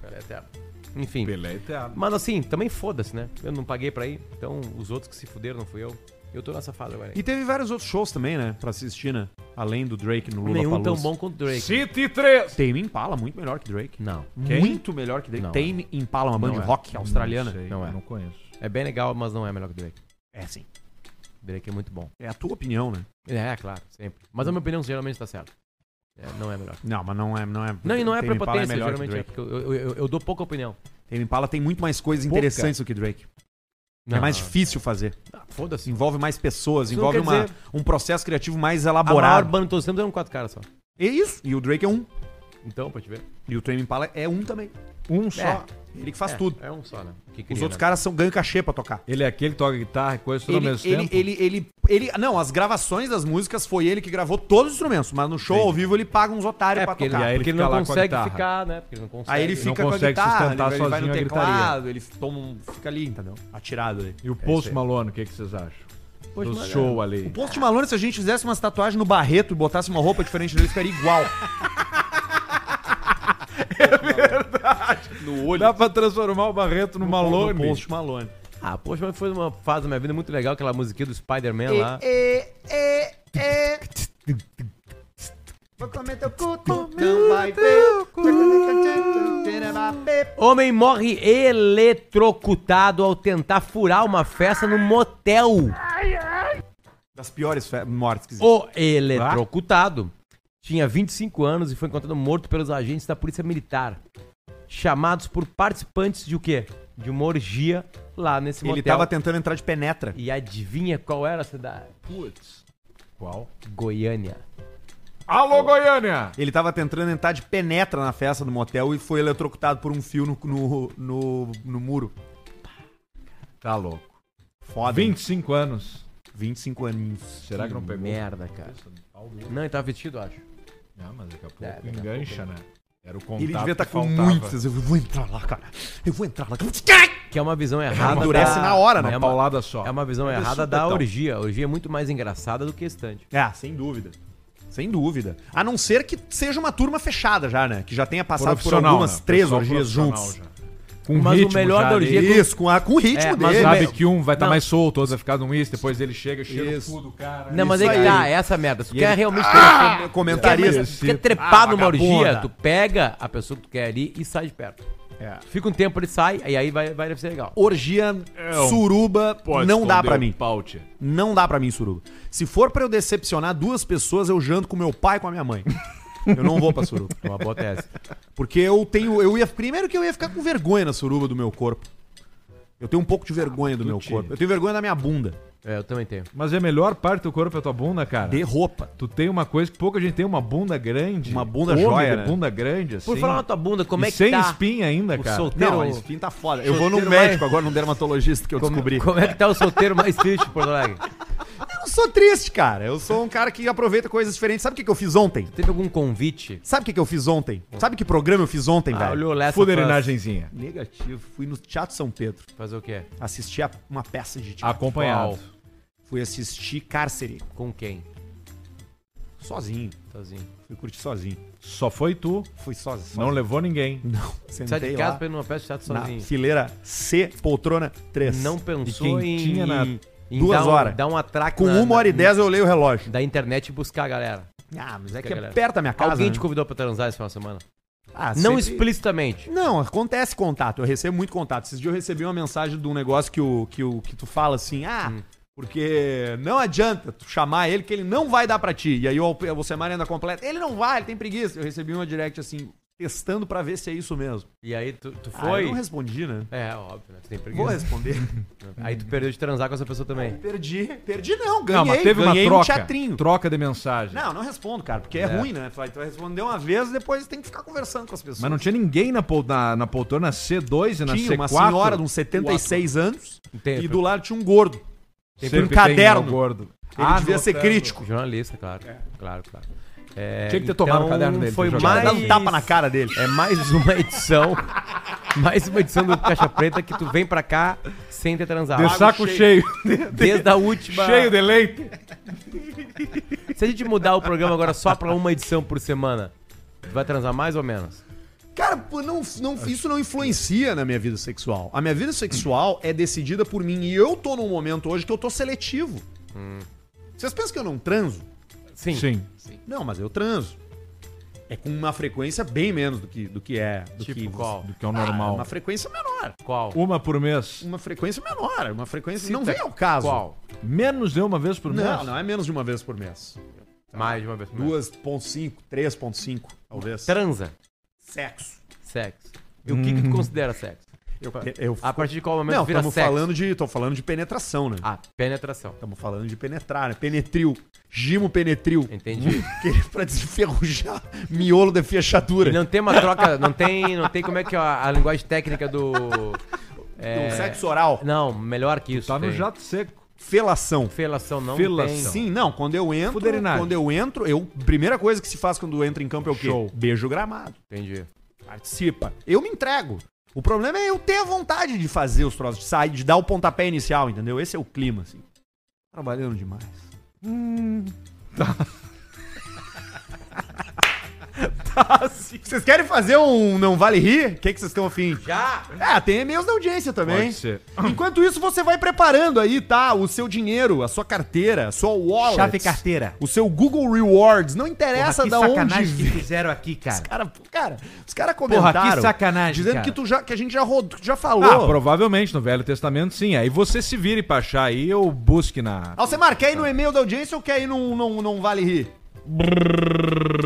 Pelé é eterno. Enfim.
Pelé eterno.
Mas assim, também foda-se, né? Eu não paguei pra ir, então os outros que se fuderam não fui eu. Eu tô nessa fase agora. aí.
E teve vários outros shows também, né? Pra assistir, né? Além do Drake no Lula
Nenhum tão bom quanto Drake.
City 3.
Tame Impala, muito melhor que Drake.
Não.
Quem?
Muito melhor que Drake.
Não,
Tame Impala, uma banda
Não
de
é.
rock australiana.
Não, sei,
Não é.
não conheço.
É bem legal, mas não é melhor que Drake.
É sim.
Drake é muito bom.
É a tua opinião, né?
É, claro, sempre. Mas a minha opinião geralmente tá certa. É, não é melhor.
Não, mas não é. Não, é,
Não, e não é
Tame Impala
prepotência, geralmente é,
Drake.
porque eu, eu- eu- eu dou pouca opinião.
Tame Impala tem muito mais coisas
Pouca.
interessantes do que Drake.
Não,
é mais difícil fazer.
Ah, Foda-se.
Envolve mais pessoas,
Isso não
envolve
quer
uma-
dizer-
um processo criativo mais
A maior
elaborado.
banda de todos os tempos eram quatro caras só.
É isso. E o Drake é um.
Então, pra te ver.
E o Tame Impala é um também.
Um só.
Ele que faz tudo.
É um só, né? Que
Os
cria,
outros
né?
caras são ganham cachê pra tocar.
Ele é aquele que toca guitarra e coisa tudo
Ele,
ao mesmo
ele,
tempo.
ele, ele, ele- Não, as gravações das músicas foi ele que gravou todos os instrumentos, mas no show ao vivo ele paga uns otários
É,
pra
porque ele,
tocar.
E aí ele
porque ele
fica
não
lá com a
consegue
guitarra.
ficar, né? Porque ele não consegue.
Aí ele
não
fica com a
consegue
guitarra,
sustentar
ele vai
sozinho
no
a
teclado, ele toma um- fica ali, entendeu? Atirado ali.
E o
isso
Post
aí.
Malone, o que, que vocês acham?
Post
Do
Malone.
show
O
ali.
Post Malone, se a gente fizesse umas tatuagens no Barreto e botasse uma roupa diferente dele, ficaria igual.
no olho.
Dá pra transformar o Barreto no Malone.
No Post Malone.
Ah, poxa, mas foi uma fase da minha vida muito legal, aquela musiquinha do Spider-Man lá.
E, e, e. Vou comer teu cu, tu não Então vai ver.
Homem morre eletrocutado ao tentar furar uma festa no motel.
Das piores fe- mortes que existem.
O eletrocutado tinha 25 anos e foi encontrado morto pelos agentes da Polícia Militar, chamados por participantes de o quê? De uma orgia lá nesse
Ele
motel.
tava tentando entrar de penetra.
E adivinha qual era a cidade?
Putz. Qual?
Goiânia.
Alô, Goiânia!
Ele tava tentando entrar de penetra na festa do motel e foi eletrocutado por um fio no, no, no, no muro.
Tá louco.
Foda. hein?
25 anos.
25 aninhos.
Será que, não pegou?
Merda,
É.
cara. Não, ele tava vestido, eu acho.
Ah, mas daqui a pouco
É, daqui a
engancha, né? Era o contato
Ele devia estar
que
com
faltava.
muitas. Eu vou entrar lá, cara. Eu vou entrar lá.
Que é uma visão errada.
Amadurece
da-
na hora, né?
É uma,
Paulada só.
é uma visão
Cadê
errada
esse
da
supetão?
orgia. A orgia é muito mais engraçada do que estante.
É, sem dúvida. Sem dúvida. A não ser que seja uma turma fechada já, né? Que já tenha passado por
Profissional,
algumas
né?
três
Pessoal
orgias
profissional
juntos.
já. Com
Mas o
ritmo
melhor
já
da
ali.
orgia é
Isso, com, a, com o ritmo
É, mas
dele.
o
Sabe
Meu-
que um vai estar
Não.
mais solto, outro vai ficar num isso, depois ele chega, cheira
Isso.
o cu do cara.
Não, mas
Isso
é que tá,
aí.
essa merda. Se tu
E
quer
ele-
realmente
né?
Ah! Comentarista.
crescer,
Esse-
tu quer trepar
Ah,
numa orgia,
vagabunda.
tu pega a pessoa que tu quer ali e sai de perto.
É.
Fica um tempo, ele sai, e aí vai, vai ser legal.
Orgia,
É um-
suruba,
Pode
não dá
esconder um
pra
o
mim.
pau, tia.
Não dá pra mim, suruba. Se for pra eu decepcionar duas pessoas, eu janto com meu pai e com a minha mãe. Eu não vou pra suruba.
É Uma boa tese.
Porque eu tenho. Eu ia, primeiro que eu ia ficar com vergonha na suruba do meu corpo. Eu tenho um pouco de vergonha do meu
te-
corpo. Eu tenho vergonha da minha bunda.
É, eu também tenho.
Mas é a melhor parte do corpo é a tua bunda, cara.
De roupa.
Tu tem uma coisa que pouca gente tem, uma bunda grande.
Uma bunda
Homem
joia,
de
né?
bunda grande, assim.
Por falar na tua bunda, como
E
é que
sem
tá?
espinha ainda,
o
cara.
solteiro-
Não, esse fim tá foda. Eu vou
Solteiro
num
mais-
médico agora, num dermatologista que eu
Como,
descobri.
como é que tá o solteiro mais triste, Porto Alegre?
Eu não sou triste, cara. Eu sou um cara que aproveita coisas diferentes. Sabe o que, que eu fiz ontem?
Teve algum convite?
Sabe o que, que eu fiz ontem? Sabe que programa eu fiz ontem,
Ah,
velho?
olhou lá essa
Fuderinagenzinha.
Negativo. Fui no Teatro São Pedro
frase. Fazer o quê?
assistir a uma peça de teatro.
Acompanhado.
Qual?
Fui assistir Cárcere
Com quem?
sozinho.
Sozinho.
Fui curtir sozinho.
Só foi tu,
Fui sozinho.
não levou ninguém.
Não.
Sai de
Sentei
casa
lá
pra ir numa festa de teatro
na
sozinho.
fileira C, poltrona 3.
Não pensou
E quem
em,
tinha na-
em- em
Duas
dar um,
horas.
Dar um atraque
Com
na-
uma hora e
na-
dez eu olhei o relógio.
da internet e buscar a galera.
Ah, mas é que
Fica,
é
galera.
perto da minha casa.
Alguém
né?
te convidou pra transar esse final de semana?
Ah, sempre-
Não explicitamente.
Não, acontece contato. Eu recebo muito contato. Esses dias eu recebi uma mensagem de um negócio que, o, que, o, que tu fala assim, ah,
Hum.
porque não adianta tu chamar ele que ele não vai dar pra ti. E aí o você ainda completa, ele não vai, ele tem preguiça. Eu recebi uma direct assim, testando pra ver se é isso mesmo.
E aí tu, tu
Ah,
foi?
eu não respondi, né?
É, óbvio, né? Tu tem
Vou
preguiça.
responder.
Aí tu perdeu de transar com essa pessoa também.
perdi, perdi não, ganhei,
Não, mas teve uma
ganhei um
troca.
teatrinho.
troca de mensagem.
Não, não respondo, cara, porque é,
É.
ruim, né? Tu vai tu vai responder uma vez, depois tem que ficar conversando com as pessoas.
Mas não tinha ninguém na, pol- na, na poltrona C2 e na
tinha
C4.
uma senhora de uns 76 anos
Tem-
e do lado tinha um gordo.
Sempre
um
tem
caderno.
um gordo.
Ele devia ser crítico.
Jornalista, claro. Claro, claro. É,
Tinha que ter tomado o
então,
caderno dele,
Foi
pra jogar.
Mas...
mais...
Dá um tapa na cara dele.
É mais uma edição. mais uma edição do Caixa Preta que tu vem pra cá sem ter transado.
De saco cheio.
Desde a última.
cheio de leite.
Se a gente mudar o programa agora só pra uma edição por semana, tu vai transar mais ou menos?
Cara, pô, não, não- isso não influencia na minha vida sexual. A minha vida sexual é decidida por mim e eu tô num momento hoje que eu tô seletivo. Vocês pensam que eu não transo?
Sim.
Não, mas eu transo. É com uma frequência bem menos do que, do que é. Do
Tipo
que,
qual?
Do que é o
Ah,
normal.
uma frequência menor.
Qual?
Uma por mês.
Uma frequência menor. Uma frequência. não
Cita
vem ao caso.
tá Qual?
Menos de uma vez por mês.
Não, não é menos de uma vez por mês.
Mais de uma vez. por mês.
2,5, 3,5, talvez.
Transa.
Sexo.
Sexo. E o que, que tu considera sexo?
Hum. Eu- É, eu-
a partir de qual momento
Não,
Ah, vira
estamos
sexo?
falando de. Tô falando de penetração, né?
Ah, penetração.
Estamos falando de penetrar, né? Penetril. Gimo penetril.
Entendi.
Que é pra desenferrujar miolo de fechadura.
E não tem uma troca, não tem, não tem como é que é a, a linguagem técnica do é,
Um sexo oral.
Não, melhor que isso.
Tá no
tem.
jato seco.
Felação.
Felação não
Felação.
tem.
Sim, não. Quando eu entro.
Fuderinagem.
Quando eu entro, eu. Primeira coisa que se faz quando entra em campo é o quê?
Show.
Beijo o gramado.
Entendi.
Participa. Eu me entrego. O problema é eu ter a vontade de fazer os troços, de sair, de dar o pontapé inicial, entendeu? Esse é o clima, assim. Trabalhando demais.
Hum.
Tá. Tá assim. Vocês querem fazer um Não Vale Rir? O que, que vocês estão afim?
Já
É, tem e-mails da audiência também.
Pode ser.
Enquanto isso, você vai preparando aí, tá? O seu dinheiro, a sua carteira, a sua wallet.
Chave carteira.
O seu Google Rewards. Não interessa
Porra, que
da onde
sacanagem que fizeram aqui, cara.
Cara, cara, os caras comentaram.
que sacanagem,
Dizendo
cara.
que, tu já, que a gente já, rodou, já falou.
Ah, provavelmente no Velho Testamento sim. Aí você se vire pra achar aí ou busque na.
Alcemar, quer ir no e-mail da audiência ou quer ir num não, não vale rir?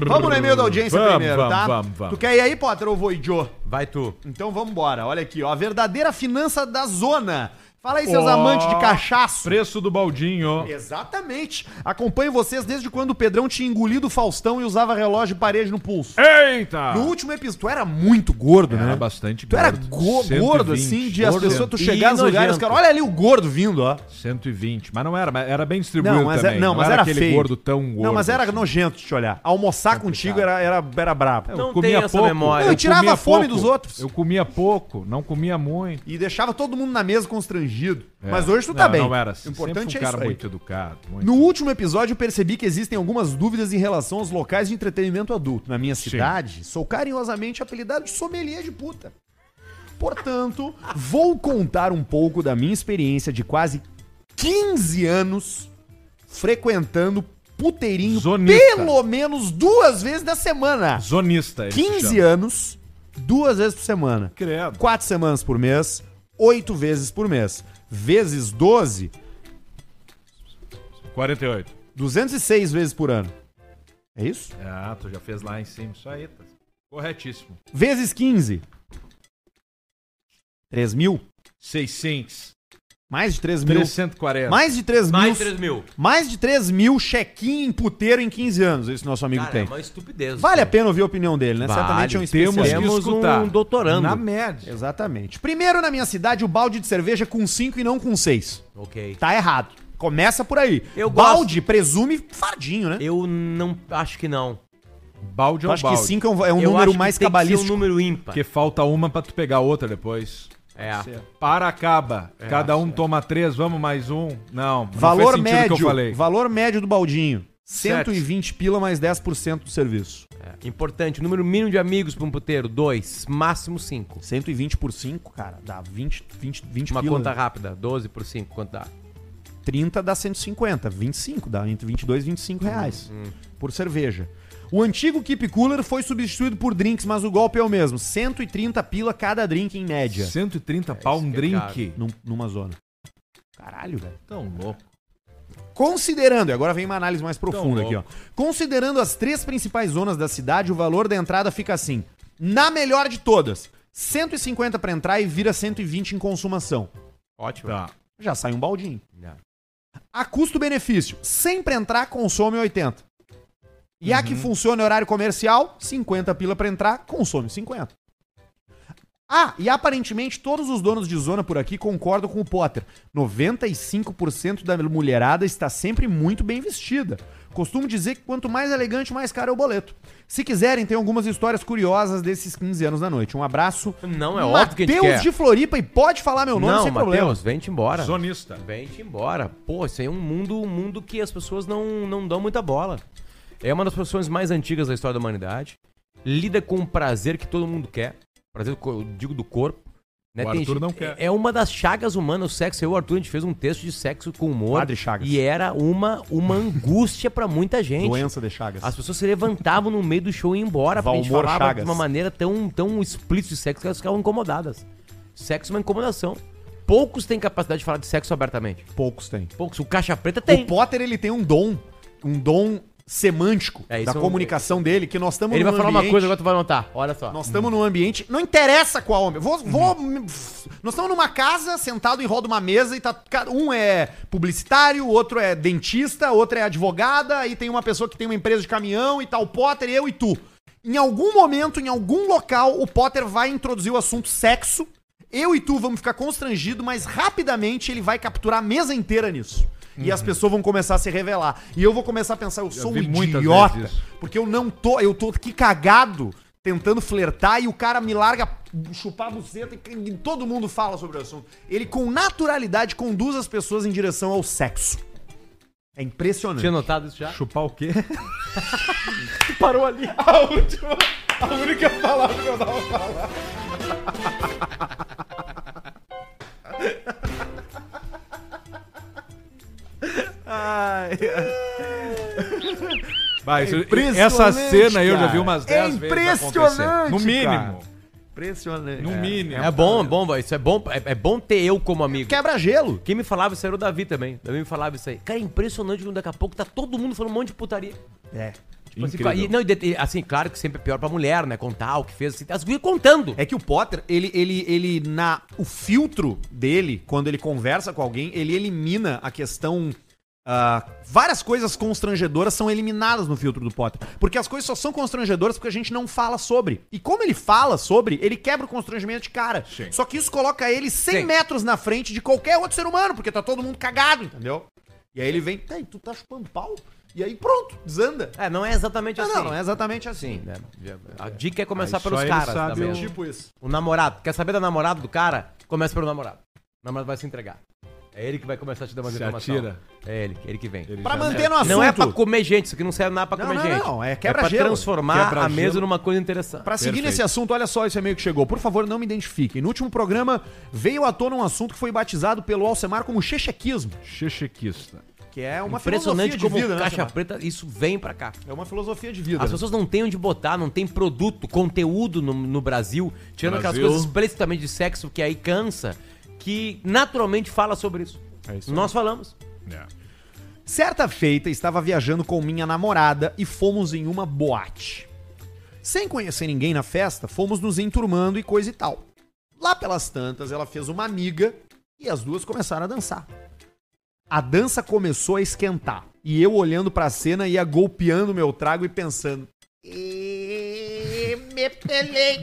Vamos no e-mail da audiência
Vamos,
primeiro,
vamos,
tá?
vamos, vamos.
Tu quer ir aí, Potter, ou vou ir, Joe?
vai tu.
Então vamos embora. Olha aqui, ó. A verdadeira finança da zona. Fala aí, seus amantes de cachaço.
Preço do baldinho.
Exatamente. Acompanho vocês desde quando o Pedrão tinha engolido o Faustão e usava relógio de parede no pulso.
Eita!
No último episódio, tu era muito gordo, né?
É. Era bastante
Tu era
gordo.
go- gordo,
120.
assim, de as
Gordo.
pessoas, tu
E
chegar nos lugares, os
nojento.
caras, olha ali o gordo vindo, ó.
120, mas não era, mas era bem distribuído
Não, mas,
também.
é- não, mas era,
aquele
feio.
gordo tão gordo. assim.
Não, mas era nojento de te olhar. Almoçar contigo era, era, era brabo.
É um-
Não tem essa memória.
Eu tirava
comia
a fome dos outros.
Eu comia pouco, não comia muito.
E deixava todo mundo na mesa constrangido.
É.
Mas hoje tu tá
Não,
bem.
Não era assim.
O importante
Sempre
é
um
isso
cara
aí.
muito educado. muito-
No último episódio, eu percebi que existem algumas dúvidas em relação aos locais de entretenimento adulto. Na minha cidade, sou carinhosamente apelidado de sommelier de puta. Portanto, vou contar um pouco da minha experiência de quase 15 anos frequentando puteirinho
Zonista.
pelo menos duas vezes na semana.
Zonista. ele se
15
chama.
anos, duas vezes por semana.
Credo.
Quatro semanas por mês, oito vezes por mês. Vezes 12,
48.
206 vezes por ano. É isso?
Ah, tu já fez lá em cima. Isso aí, tá. Corretíssimo.
Vezes 15. 3 mil?
600.
Mais de 3 mil.
340.
Mais de 3 mil.
Mais 3 mil.
Mais de 3 mil chequinho em puteiro em 15 anos, esse nosso amigo
Cara, é
tem.
uma estupidez.
Vale a pena ouvir a opinião dele, né?
Vale,
Certamente é um
temos
especialista.
que escutar.
um doutorando.
Na média.
Exatamente. Primeiro, na minha cidade, o balde de cerveja é com 5 e não com 6.
Ok.
Tá errado. Começa por aí.
Eu
balde presume fardinho, né?
Eu não acho que não.
Balde é
Eu
um
acho que
balde.
5 é um, é um
Eu
número
acho
mais
que tem que ser
cabalístico.
um número ímpar.
Porque falta uma pra tu pegar outra depois.
É.
Paracaba. Cada um toma três, vamos mais um. Não, não
Valor
fez sentido o
médio.
que eu falei.
Valor médio do baldinho.
Sete.
120 pila mais 10% do serviço.
é. Importante. Número mínimo de amigos pra um puteiro, dois. Máximo cinco.
120 por 5, cara, dá 20, 20, 20
Uma
pila.
conta rápida, 12 por 5, quanto dá?
30 dá 150, 25 dá entre 22 e 25
Uhum.
reais por cerveja. O antigo Keep Cooler foi substituído por drinks, mas o golpe é o mesmo. 130 pila cada drink em média,
130 pau um
isso que é caro.
drink.
num- numa zona. Caralho, velho.
Tão louco.
Considerando, e agora vem uma análise mais profunda
Então,
aqui, ó. Considerando as três principais zonas da cidade, o valor da entrada fica assim. Na melhor de todas, 150 pra entrar e vira 120 em consumação.
Ótimo.
Tá.
Já sai um baldinho.
Não.
A custo-benefício, sempre entrar, consome 80. E a que
Uhum.
funciona em horário comercial, 50 pila pra entrar, consome 50. Ah, e aparentemente todos os donos de zona por aqui concordam com o Potter. 95% da mulherada está sempre muito bem vestida. Costumo dizer que quanto mais elegante, mais caro é o boleto. Se quiserem, tem algumas histórias curiosas desses 15 anos da noite. Um abraço.
Não, é óbvio que a gente
Mateus
quer.
de Floripa e pode falar meu nome
Não,
sem problema.
Matheus, vem-te embora.
Zonista.
Vem-te embora. Pô, isso aí é um mundo, um mundo que as pessoas não, não dão muita bola. É uma das profissões mais antigas da história da humanidade. Lida com o prazer que todo mundo quer. Prazer, co- eu digo, do corpo. Né?
O
Tem
Arthur
gente-
não quer.
É uma das chagas humanas, o sexo. Eu, Arthur, a gente fez um texto de sexo com humor.
Padre Chagas.
E era uma, uma angústia pra muita gente.
Doença de Chagas.
As pessoas se levantavam no meio do show e iam embora, porque a gente
Valmor
falava
Chagas.
de uma maneira tão, tão explícita de sexo que elas ficavam incomodadas. Sexo é uma incomodação. Poucos têm capacidade de falar de sexo abertamente.
Poucos têm.
Poucos. O Caixa Preta tem.
O Potter, ele tem um dom. Um dom semântico
É,
da
isso é um-
comunicação dele, que nós estamos
Ele vai
num
falar uma
ambiente-
coisa, agora tu vai notar. Olha
Tá.
só.
Nós estamos num ambiente. Não interessa qual homem. Vou, vou,
Uhum.
Nós estamos numa casa, sentado em roda de uma mesa, e tá. ca- Um é publicitário, o outro é dentista, o outro é advogada, e tem uma pessoa que tem uma empresa de caminhão e tal, Potter, eu e tu. Em algum momento, em algum local, o Potter vai introduzir o assunto sexo. Eu e tu vamos ficar constrangidos, mas rapidamente ele vai capturar a mesa inteira nisso. E as pessoas vão começar a se revelar. E eu vou começar a pensar, eu sou um
Uhum. vi muitas
idiota.
vezes isso.
Porque eu não tô, eu tô aqui cagado tentando flertar e o cara me larga chupar a buceta e e todo mundo fala sobre o assunto. Ele com naturalidade conduz as pessoas em direção ao sexo. É impressionante.
Tinha notado isso já?
Chupar o quê?
Parou ali.
A última, a única palavra que eu dava pra falar.
Vai, isso-
impressionante,
essa cena aí eu já vi
cara.
umas
É
10 vezes
impressionante,
acontecer. No
cara.
mínimo.
Impressionante.
No
É.
mínimo.
É bom, é bom, vai. isso é bom, é, é bom ter eu como amigo.
Quebra gelo.
Quem me falava isso era o Davi também. O Davi me falava isso aí. Cara, é impressionante como daqui a pouco tá todo mundo falando um monte de putaria.
É.
Tipo assim,
Incrível.
e, não, e de- e, assim, claro que sempre é pior pra mulher, né? Contar o que fez, assim, as gurias contando.
É que o Potter, ele, ele, ele, na, o filtro dele, quando ele conversa com alguém, ele elimina a questão. ah, várias coisas constrangedoras são eliminadas no filtro do Potter. Porque as coisas só são constrangedoras porque a gente não fala sobre. E como ele fala sobre, ele quebra o constrangimento de cara.
Sim.
Só que isso coloca ele 100
Sim.
metros na frente de qualquer outro ser humano, porque tá todo mundo cagado, entendeu? E aí ele vem, tem, tu tá chupando pau? E aí pronto, desanda.
É, não é exatamente
Não,
assim.
não, não é exatamente assim.
Sim, né? A dica é começar
Aí só
pelos
ele
caras.
sabe
também.
o-
Tipo isso.
O namorado. Quer saber da namorada do cara? Começa pelo namorado. O namorado vai se entregar. É ele que vai começar a te dar uma
Se
informação.
atira.
É ele, ele que vem.
Ele
Pra
já-
manter no assunto.
Não é pra comer gente, isso aqui não serve nada pra
Não,
comer
não,
gente.
não, é
pra
quebra-gelo.
transformar a
Quebra-gelo.
mesa numa coisa interessante.
Pra seguir
Perfeito.
nesse assunto, olha só esse e-mail que chegou. Por favor, não me identifiquem. No último programa, veio à tona um assunto que foi batizado pelo Alcemar como chechequismo,
Chechequista.
que é uma
Impressionante
filosofia
como
de vida, né,
caixa
Alcemar?
preta, isso vem pra cá.
É uma filosofia de vida.
As
né?
pessoas não têm onde botar, não tem produto, conteúdo no, no Brasil, tirando aquelas
Brasil.
coisas explicitamente de sexo que aí cansa, que naturalmente fala sobre isso.
É isso aí.
Nós falamos.
Certa feita, estava viajando com minha namorada e fomos em uma boate. Sem conhecer ninguém na festa, fomos nos enturmando e coisa e tal. Lá pelas tantas, ela fez uma amiga e as duas começaram a dançar. A dança começou a esquentar e eu olhando pra cena ia golpeando meu trago e pensando: "Ê, me pelei".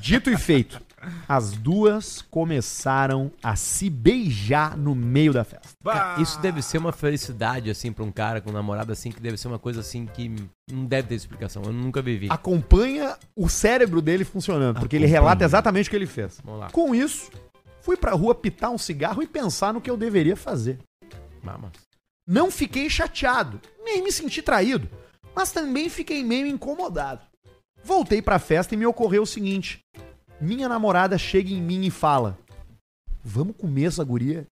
Dito e feito, as duas começaram a se beijar no meio da festa.
Cara, Tá, isso deve ser uma felicidade, assim, pra um cara com um namorado, assim, que deve ser uma coisa, assim, que não deve ter explicação. Eu nunca vivi.
acompanha o cérebro dele funcionando, porque ele relata exatamente o que ele fez.
Vamos lá.
Com isso, fui pra rua pitar um cigarro e pensar no que eu deveria fazer.
Mama.
Não fiquei chateado, nem me senti traído, mas também fiquei meio incomodado. Voltei pra festa e me ocorreu o seguinte: minha namorada chega em mim e fala: Vamos comer essa guria?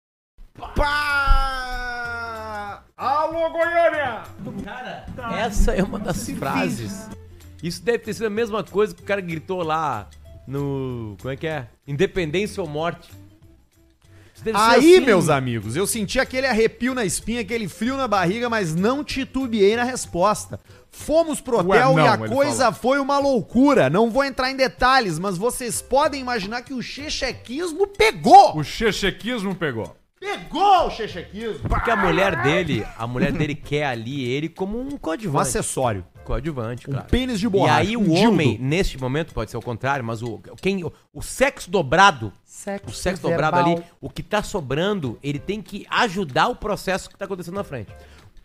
Pá! Alô, Goiânia!
Cara,
Tá.
essa é uma das frases. Isso deve ter sido a mesma coisa que o cara gritou lá no. Como é que é? Independência ou morte. Isso deve ser
Aí,
assim,
meus amigos, eu senti aquele arrepio na espinha, aquele frio na barriga, mas não titubeei na resposta. Fomos pro hotel
não,
e a
ele
coisa foi uma loucura. Não vou entrar em detalhes, mas vocês podem imaginar que o chechequismo pegou.
O chechequismo pegou.
Pegou o chechequismo.
Porque a mulher dele, a mulher dele quer ali ele como um
Um
coadjuvante.
acessório.
Coadjuvante,
Um
claro.
pênis de borracha,
E aí
um
o
dildo.
homem, neste momento, pode ser o contrário, mas o, quem, o, o sexo dobrado, o sexo dobrado ali, o que tá sobrando, ele tem que ajudar o processo que tá acontecendo na frente.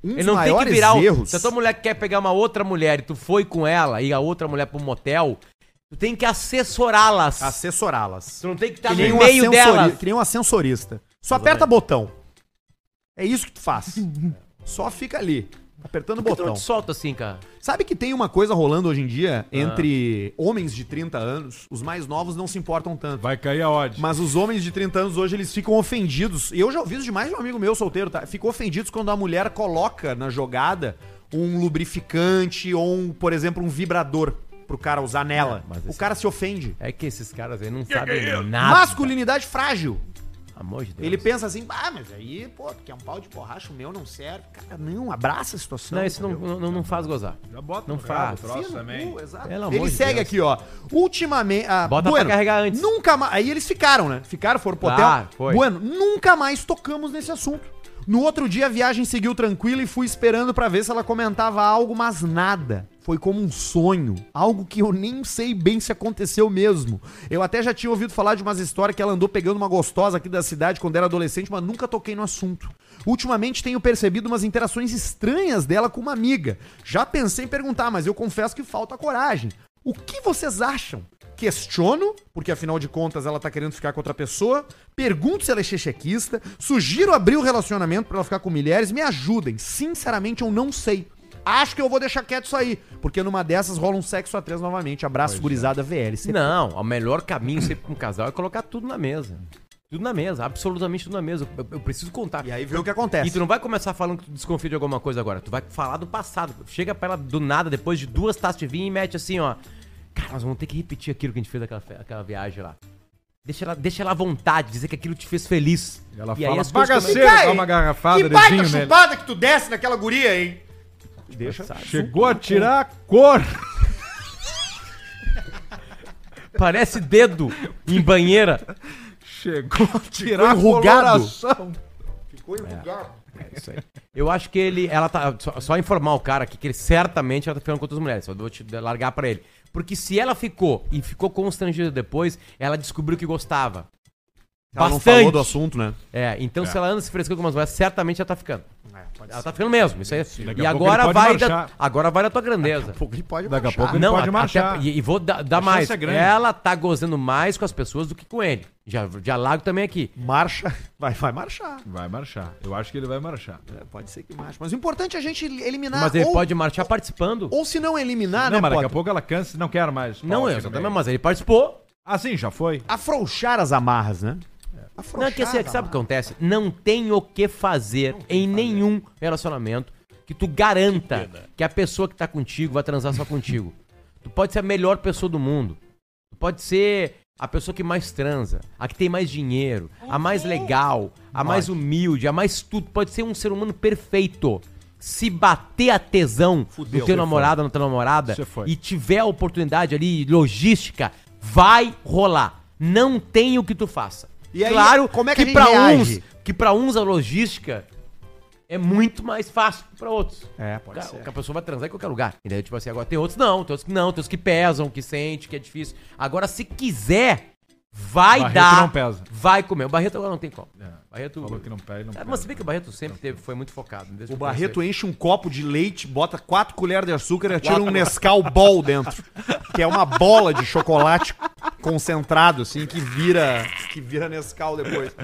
Um
ele não tem que virar. o-
erros.
Se a tua mulher quer pegar uma outra mulher e tu foi com ela e a outra mulher pro motel, tu tem que assessorá-las.
Assessorá-las.
Tu não tem que estar
que, nem
tá no
um
meio
assessori-
delas.
que nem um ascensorista. Só aperta botão. É isso que tu faz. Só fica ali, apertando o
Por que tu não
botão.
te solta assim, cara.
Sabe que tem uma coisa rolando hoje em
Ah.
dia entre homens de 30 anos, os mais novos não se importam tanto.
Vai cair a odd.
Mas os homens de 30 anos hoje eles ficam ofendidos. E eu já ouvi isso de mais de um amigo meu solteiro, tá? Ficam ofendidos quando a mulher coloca na jogada um lubrificante ou, um, por exemplo, um vibrador pro cara usar nela.
É, mas
o
esse-
cara se ofende.
É que esses caras aí não sabem nada.
Masculinidade frágil.
Amor de Deus.
Ele pensa assim, ah, mas aí, pô, porque é um pau de borracha, o meu não serve. Cara, não, abraça a situação.
Não, esse não,
entendeu?
não, não- não faz gozar.
Já bota
Não
no rabo,
faz.
troço
Enfia no
também.
cu, uh, exato.
Pelo amor
Ele
de
segue
Deus.
aqui, ó. Ultimamente. ah,
Bota pra carregar antes.
Nunca mais. Aí eles ficaram, né? Ficaram, foram pro hotel.
Claro, foi.
Bueno, nunca mais tocamos nesse assunto. No outro dia a viagem seguiu tranquila e fui esperando pra ver se ela comentava algo, mas nada. Foi como um sonho, algo que eu nem sei bem se aconteceu mesmo. Eu até já tinha ouvido falar de umas histórias que ela andou pegando uma gostosa aqui da cidade quando era adolescente, mas nunca toquei no assunto. Ultimamente tenho percebido umas interações estranhas dela com uma amiga. Já pensei em perguntar, mas eu confesso que falta coragem. O que vocês acham? Questiono, porque afinal de contas ela tá querendo ficar com outra pessoa. Pergunto se ela é chechequista. Sugiro abrir o relacionamento pra ela ficar com mulheres. Me ajudem. Sinceramente, eu não sei. Acho que eu vou deixar quieto isso aí, porque numa dessas rola um sexo a três novamente. Abraço, gurizada VLC.
Não, o melhor caminho sempre com um casal é colocar tudo na mesa. Tudo na mesa, absolutamente tudo na mesa. Eu, eu preciso contar.
E aí vê o que
E
acontece.
tu não vai começar falando que tu desconfia de alguma coisa agora. Tu vai falar do passado. Chega pra ela do nada, depois de duas taças de vinho e mete assim, ó. Cara, nós vamos ter que repetir aquilo que a gente fez aquela, viagem lá. Deixa ela, deixa ela à vontade, dizer que aquilo te fez feliz.
E ela
aí
fala,
as coisas
"Bagaceiro".
começam-
dá uma garrafada,
que baita
dedinho nele.
chupada que tu desce naquela guria, hein? Deixa.
Chegou a tirar a cor.
Parece dedo em banheira.
Chegou a tirar a
enrugado.
coloração.
Ficou enrugado.
É Eu acho que ele, ela tá. Só, só informar o cara aqui que ele certamente ela tá ficando com outras mulheres. Só vou te dar- largar pra ele. Porque se ela ficou e ficou constrangida depois, ela descobriu que gostava.
Ela não
Bastante.
falou do assunto, né?
É, então se ela anda se frescando com umas mulheres, certamente ela tá ficando.
É,
Ela tá ficando mesmo. Isso aí.
Daqui
E
a pouco ele
agora
pode
vai, da,
marchar.
agora vai da tua grandeza.
Ele pode
Daqui a
baixar.
pouco ele pode
a-
marchar.
até- e, e vou dar, dar
A chance
mais.
é grande.
ela tá gozando mais com as pessoas do que com ele. Já, já largo também aqui.
Marcha. Vai, vai marchar.
Vai marchar. Eu acho que ele vai marchar.
É, pode ser que marche. Mas o importante é a gente eliminar.
Mas ele
ou,
pode marchar participando.
ou se não eliminar,
não,
né,
mas daqui a
Potter?
pouco ela cansa e não quer mais.
Não,
Pau
eu
aqui no
também,
meio.
mas ele participou.
Ah, sim, já foi.
Afrouxar as amarras, né? Afrouxar
Não, é que assim, é que sabe o que
amarras.
acontece? Não tem o que fazer em nenhum relacionamento que tu garanta que a pessoa que tá contigo vai transar só contigo. Tu pode ser a melhor pessoa do mundo. Tu pode ser a pessoa que mais transa, a que tem mais dinheiro, a mais legal, a mais humilde, a mais tudo. Pode ser um ser humano perfeito. Se bater a tesão do teu namorado, na tua namorada,
Você foi.
e tiver a oportunidade ali, logística, vai rolar. Não tem o que tu faça.
E aí,
claro,
como é que a gente
pra
reage?
uns, que para uns a logística é muito mais fácil que pra outros.
É, pode
Ca-
ser.
que a pessoa vai transar em qualquer lugar. E daí, tipo assim, agora tem outros não, tem outros que não, tem outros que pesam, que sente, que é difícil. Agora, se quiser, vai
Barreto
dar.
não pesa.
Vai comer. O Barreto agora não tem como.
É,
Barreto.
Falou que não pega e não
Ah,
pega.
mas se bem que o Barreto sempre teve, foi muito focado.
O
desde que eu
Barreto
conheci
enche um copo de leite, bota quatro colheres de açúcar e atira um Nescau Ball dentro. Que é uma bola de chocolate concentrado, assim, que vira, que vira Nescau depois.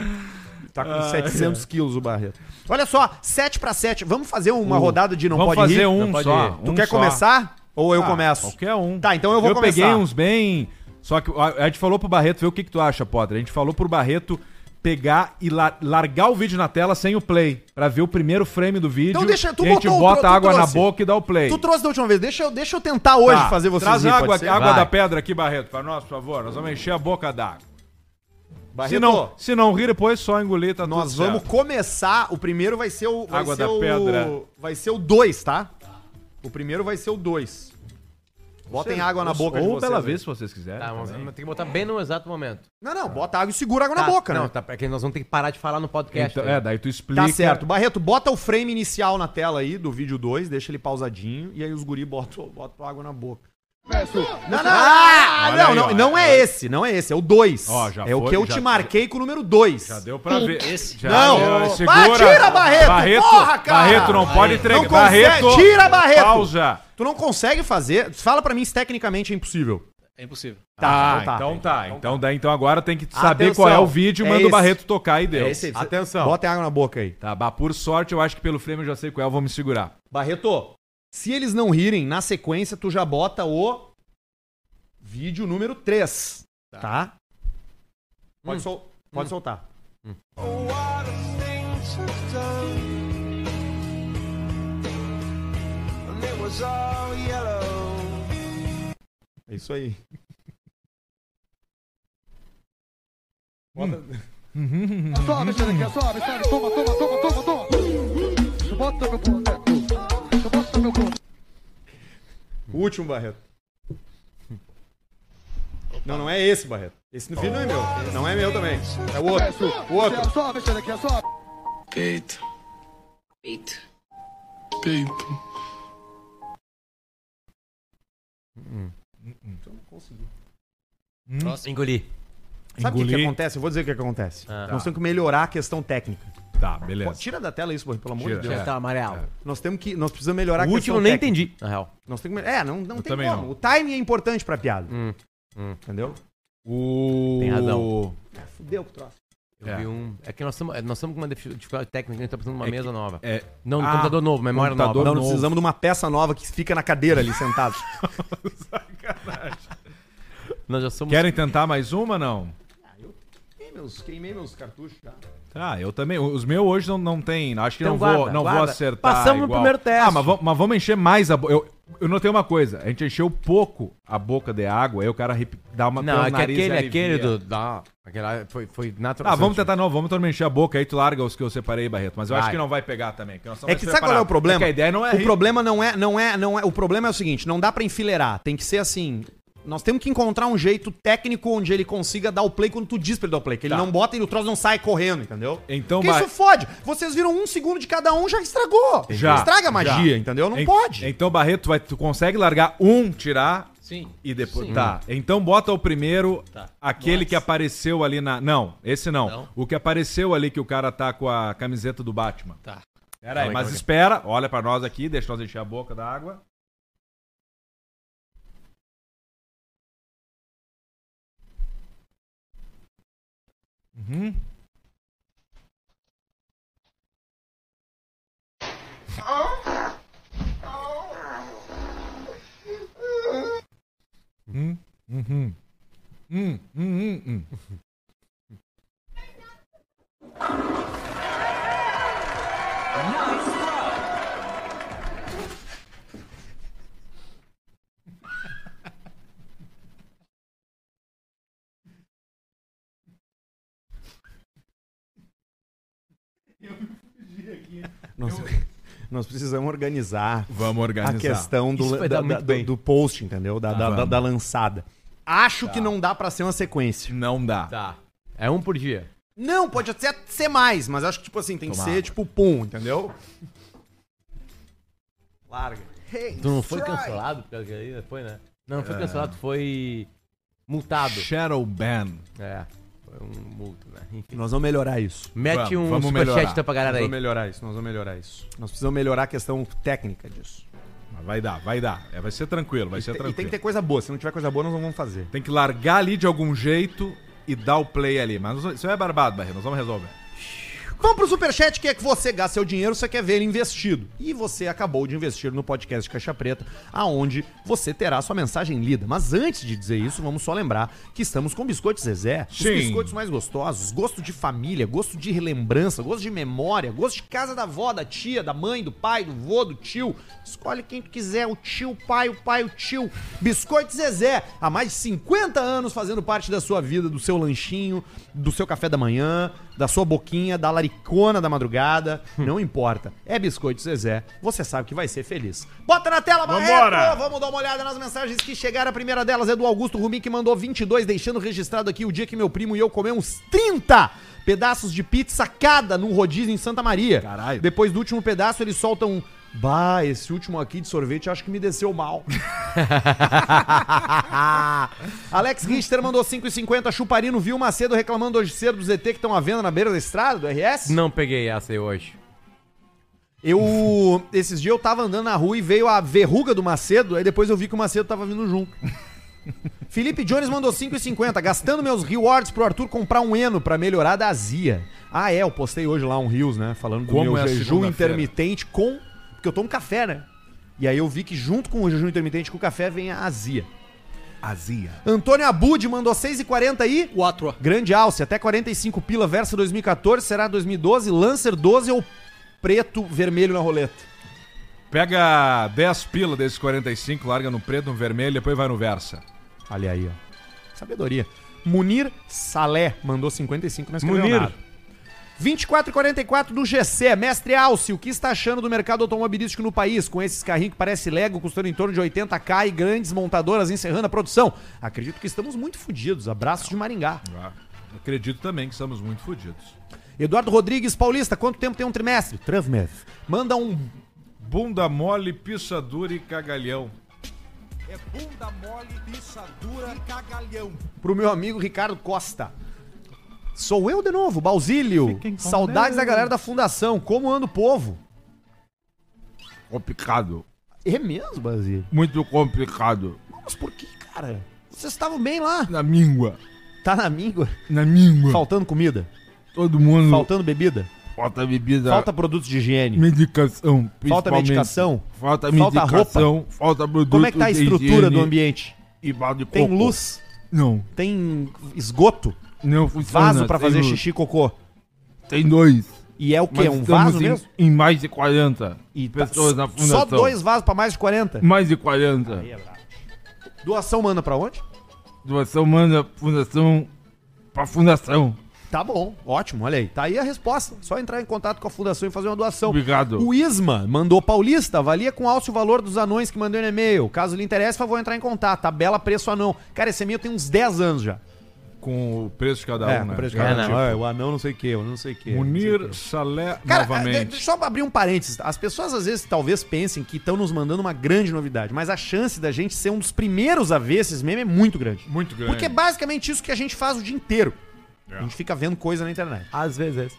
Tá com
Ah, é.
700 quilos o Barreto. Olha só, 7 pra 7. Vamos fazer uma rodada de Não
Um. Vamos
Pode
fazer
Rir?
um
pode
só.
rir.
Tu
um
quer
só.
começar? Ou eu
Ah,
começo?
Qualquer um.
Tá, então eu vou começar.
peguei uns bem. Só que a, a gente falou pro Barreto, vê o que, que tu acha, Potter. A gente falou pro Barreto pegar e la- largar o vídeo na tela sem o play. Pra ver o primeiro frame do vídeo.
Então deixa- tu
e a gente
botou o
bota
tro- tu
água na
trouxe.
boca e dá o play.
Tu trouxe da última vez. Deixa eu, deixa eu tentar hoje
Tá.
fazer vocês
Traz
rir, pode
água,
ser?
água
Vai.
da pedra aqui, Barreto, pra nós, por favor. Nós vamos encher a boca d'água.
Barreto,
Se não, se não rir, depois só engolir, tá
nós
tudo
vamos
certo.
começar. O primeiro vai ser o. Vai
Água
ser
da
o,
pedra.
Vai ser o 2, tá? O primeiro vai ser o 2. Botem água na boca de
Ou
vocês,
pela
aí.
vez, se vocês quiserem.
Tá, mas
também.
tem que botar bem no exato momento.
Não, não, bota água e segura água
Tá,
na boca,
não,
né?
tá, é que nós vamos ter que parar de falar no podcast.
Então,
né?
é, daí tu explica.
Tá certo. Barreto, bota o frame inicial na tela aí do vídeo 2, deixa ele pausadinho e aí os guri botam, botam água na boca. Não, não, ah,
Olha
não,
aí,
não,
ó.
não é esse, não é esse, é o 2.
Ó, já
É o
foi,
que eu
já-
te marquei com o número 2.
Já deu pra ver. Já
Não.
deu,
Vai, tira, Barreto,
Barreto,
porra, cara.
Barreto não pode entregar.
Não consegue,
Barreto,
tira, Barreto.
Pausa.
Tu não consegue fazer. Fala pra mim se tecnicamente é impossível.
É impossível.
Tá,
então tá.
então tá. Então, daí, então agora tem que saber qual é
Atenção.
o vídeo,
É
manda
esse.
o Barreto tocar e deu.
É esse aí.
Atenção.
Botem água na boca aí.
Tá, bah, por sorte, eu acho que pelo frame eu já sei qual é, eu vou me segurar.
Barreto, se eles não rirem, na sequência tu já bota o vídeo número 3, tá? Pode,
Hum.
sol- pode soltar. É isso aí.
Sobe, xerequinha, sobe, sobe, toma, toma, toma, toma, toma. Tu bota meu boneco. Tu bota meu boneco.
Último, Barreto. Não, não é esse, Barreto. Esse vídeo não é meu. Não é meu também. É o outro. O outro.
Sobe, xerequinha, sobe.
Peito.
Peito.
Peito.
é.
Nossa, engoli.
Sabe o que que,
Engoli.
acontece? Eu vou dizer o que, que acontece.
Ah.
Nós temos que melhorar a questão técnica.
Tá,
Pô,
beleza.
tira da tela isso, Barreto, pelo amor
Tira.
de Deus.
Já
É.
tá amarelo.
Nós temos que. Nós precisamos melhorar a
O
questão
último eu nem
técnica.
entendi, na real.
Nós temos que... É, não, não
Eu
tem
também
como.
não. Hum,
O timing é importante pra piada. Entendeu?
O...
Tem razão.
É, Fudeu com o troço.
Eu
É.
vi um. É que nós estamos nós estamos com uma defi- dificuldade técnica, a gente tá precisando de uma
É que-
mesa nova.
É,
Não, de
Ah,
computador novo, memória
computador
nova.
Não,
novo.
nós precisamos de uma peça nova que fica na cadeira ali, sentado.
Nós já somos.
Querem tentar mais uma, não?
Ah, queimei, meus, queimei meus cartuchos já.
Tá, eu também. Os meus hoje não, não tem. Acho que
Então
não,
guarda,
vou, não vou
guarda.
acertar.
Passamos no
igual.
primeiro teste.
Ah, mas, vamos- mas vamos encher mais a boca. Eu, eu notei uma coisa. A gente encheu pouco a boca de água, aí o cara arrepi- dá uma
Não,
pelo
é que
nariz e
aquele,
alivia.
aquele do. Da, aquele lá foi, foi natural.
Ah, vamos tentar não, vamos também encher a boca, aí tu larga os que eu separei, Barreto. Mas eu acho
Vai.
que não vai pegar também. porque nós estamos
É que sabe qual é o
preparados.
problema?
que a ideia não é.
O
rir.
problema não é, não é, não é. O problema é o seguinte: não dá pra enfileirar. Tem que ser assim. Nós temos que encontrar um jeito técnico onde ele consiga dar o play quando tu diz pra ele dar o play. Que ele
Tá.
não bota e o troço não sai correndo, entendeu?
Então,
Porque
vai-
isso fode. Vocês viram um segundo de cada um, já estragou.
Já.
Estraga a magia,
Já.
entendeu? Não
En-
pode.
Então, Barreto, tu, vai, tu consegue largar um, tirar
Sim. Hum. Tá.
e depois. Tá. Então bota o primeiro, aquele que apareceu ali na. Não, esse não.
Não.
O que apareceu ali que o cara tá com a camiseta do Batman.
Tá.
Pera aí,
Calma aí,
mas
calma aí.
espera, olha pra nós aqui, deixa nós encher a boca da água. Uhum. Hum, uhum. Hum, hum, hum, hum.
Nós, nós precisamos organizar
Vamos organizar.
a questão
Isso
do,
vai
da-
dar muito
da-
bem.
do post, entendeu? Da, da- da-
vamos.
da lançada. Acho que não dá pra ser uma sequência.
Não dá.
Tá. É um por dia.
Não, pode até ser mais, mas acho que, tipo assim, tem que
Tomara.
ser, tipo, pum, entendeu? Larga.
Tu não foi cancelado, porque aí foi, né? Não, não foi
É.
cancelado, tu foi multado.
Shadow Ban.
É. Foi um multo, né? Enfim.
Nós vamos melhorar isso.
Vamos,
Mete um
vamos melhorar.
superchat tá pra galera
Nós
aí.
vamos melhorar isso, nós vamos melhorar isso. Nós precisamos melhorar a questão técnica disso.
Mas vai dar, vai dar. É, vai ser tranquilo, vai ser
E tem-
tranquilo.
e tem que ter coisa boa. Se não tiver coisa boa, nós não vamos fazer.
Tem que largar ali de algum jeito e dar o play ali. Mas nós- isso é barbado, Barreto. Nós vamos resolver.
Vamos pro superchat, que é que você gasta seu dinheiro, você quer ver ele investido. E você acabou de investir no podcast Caixa Preta, aonde você terá sua mensagem lida. Mas antes de dizer isso, vamos só lembrar que estamos com Biscoitos Zezé.
Sim.
Os biscoitos mais gostosos, gosto de família, gosto de relembrança, gosto de memória, gosto de casa da avó, da tia, da mãe, do pai, do vô, do tio. Escolhe quem tu quiser, o tio, o pai, o pai, o tio. Biscoitos Zezé, há mais de 50 anos fazendo parte da sua vida, do seu lanchinho, do seu café da manhã, da sua boquinha, da laricona da madrugada, não importa. É Biscoito Zezé, você sabe que vai ser feliz. Bota na tela, Barreto! Vamos dar uma olhada nas mensagens que chegaram. A primeira delas é do Augusto Rumi, que mandou 22, deixando registrado aqui o dia que meu primo e eu comemos 30 pedaços de pizza cada num rodízio em Santa Maria.
Caralho.
Depois do último pedaço, eles soltam um... Bah, esse último aqui de sorvete acho que me desceu mal. Alex Richter mandou 5,50. Chuparino viu Macedo reclamando hoje cedo do ZT que estão à venda na beira da estrada, do RS?
Não peguei essa aí hoje.
Eu. Esses dias eu tava andando na rua e veio a verruga do Macedo, aí depois eu vi que o Macedo tava vindo junto. Felipe Jones mandou 5,50. Gastando meus rewards pro Arthur comprar um Eno pra melhorar da azia. Ah, é, eu postei hoje lá um Rios, né? Falando do
Como
meu
é a
jejum
segunda-feira?
intermitente com. Porque eu tomo café, né? E aí eu vi que junto com o jejum intermitente com o café vem a azia.
Azia.
Antônio Abud mandou 6,40 e.
Quatro.
Grande alce, até 45 pila, versa 2014, será 2012, Lancer 12 ou preto, vermelho na roleta?
Pega 10 pila desses 45, larga no preto, no vermelho, depois vai no Versa.
Olha aí, ó. Sabedoria. Munir Salé mandou 55, mas escreveu
Munir.
nada. 2444 do GC, mestre Alce, o que está achando do mercado automobilístico no país, com esses carrinhos que parece Lego, custando em torno de 80k e grandes montadoras encerrando a produção? Acredito que estamos muito fodidos. Abraço de Maringá.
Ah, acredito também que estamos muito fodidos.
Eduardo Rodrigues Paulista, quanto tempo tem um trimestre? Trimestre. Manda um
Bunda mole, pizza dura e cagalhão.
É bunda mole, bicha dura, cagalhão.
pro meu amigo Ricardo Costa. Sou eu de novo, Bausílio. Saudades da galera da fundação. Como anda o povo?
Complicado.
É mesmo, Basílio?
Muito complicado.
Mas por que, cara? Vocês estavam bem lá.
Na míngua.
Tá na míngua.
Na míngua.
Faltando comida,
Todo mundo
faltando bebida,
falta bebida.
falta produtos de higiene,
medicação.
falta
principalmente.
medicação.
Falta
Falta
medicação. Falta, produto.
Como é que tá a estrutura do ambiente?
E balde de
Tem
coco.
luz?
Não.
Tem esgoto?
Não funciona.
Vaso pra
Tem
fazer
luz.
xixi e cocô?
Tem dois.
E é o
Mas
quê? Um
estamos
vaso
em,
mesmo?
em mais de 40
E tá-
pessoas na fundação. Hum.
Só dois vasos pra mais de 40?
Mais de 40.
Doação manda pra onde?
Doação manda fundação pra fundação.
Tá bom, ótimo, olha aí. Tá aí a resposta. Só entrar em contato com a fundação e fazer uma doação.
Obrigado.
O Isma mandou Paulista, avalia com alto o valor dos anões que mandou no e-mail. Caso lhe interesse, vou entrar em contato. Tabela preço anão. Cara, esse e-mail tem uns 10 anos já.
Com o preço de cada
é,
um, né? É,
com preço de
É,
cada um.
não.
tipo. Ah, o anão não sei o que, o anão não sei o que.
Munir Salé
Cara, eh,
novamente.
deixa eu abrir um parênteses. As pessoas às vezes talvez pensem que estão nos mandando uma grande novidade, mas a chance da gente ser um dos primeiros a ver esses memes é muito grande.
Muito grande. É.
Porque é basicamente isso que a gente faz o dia inteiro. A gente fica vendo coisa na internet.
Às vezes.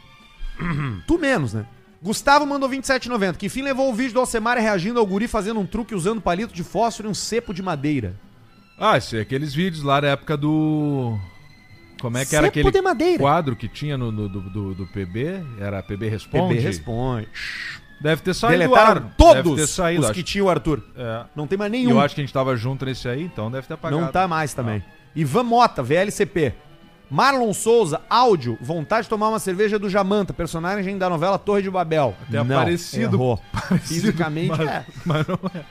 Tu menos, né? Gustavo mandou 27,90. Que fim levou o vídeo do Alcemar reagindo ao guri fazendo um truque usando palito de fósforo e um cepo de madeira.
Ah, esse é aqueles vídeos lá da época do... Como é que era
Cepo
aquele
de madeira.
quadro que tinha no, no- do, do, do PB? Era PB Responde?
PB responde.
Deve ter saído do
Deletaram
ar. Deve ter
Tá todos
saído,
os
acho.
que tinha o Arthur.
É.
Não tem mais
E
nenhum.
eu acho que a gente tava junto nesse aí, então deve ter apagado.
Não tá mais também. Ivan Mota, VLCP. Marlon Souza, áudio, vontade de tomar uma cerveja do Jamanta, personagem da novela Torre de Babel.
Até parecido.
errou.
Parecido,
Fisicamente
mas-
é.
Mas não é.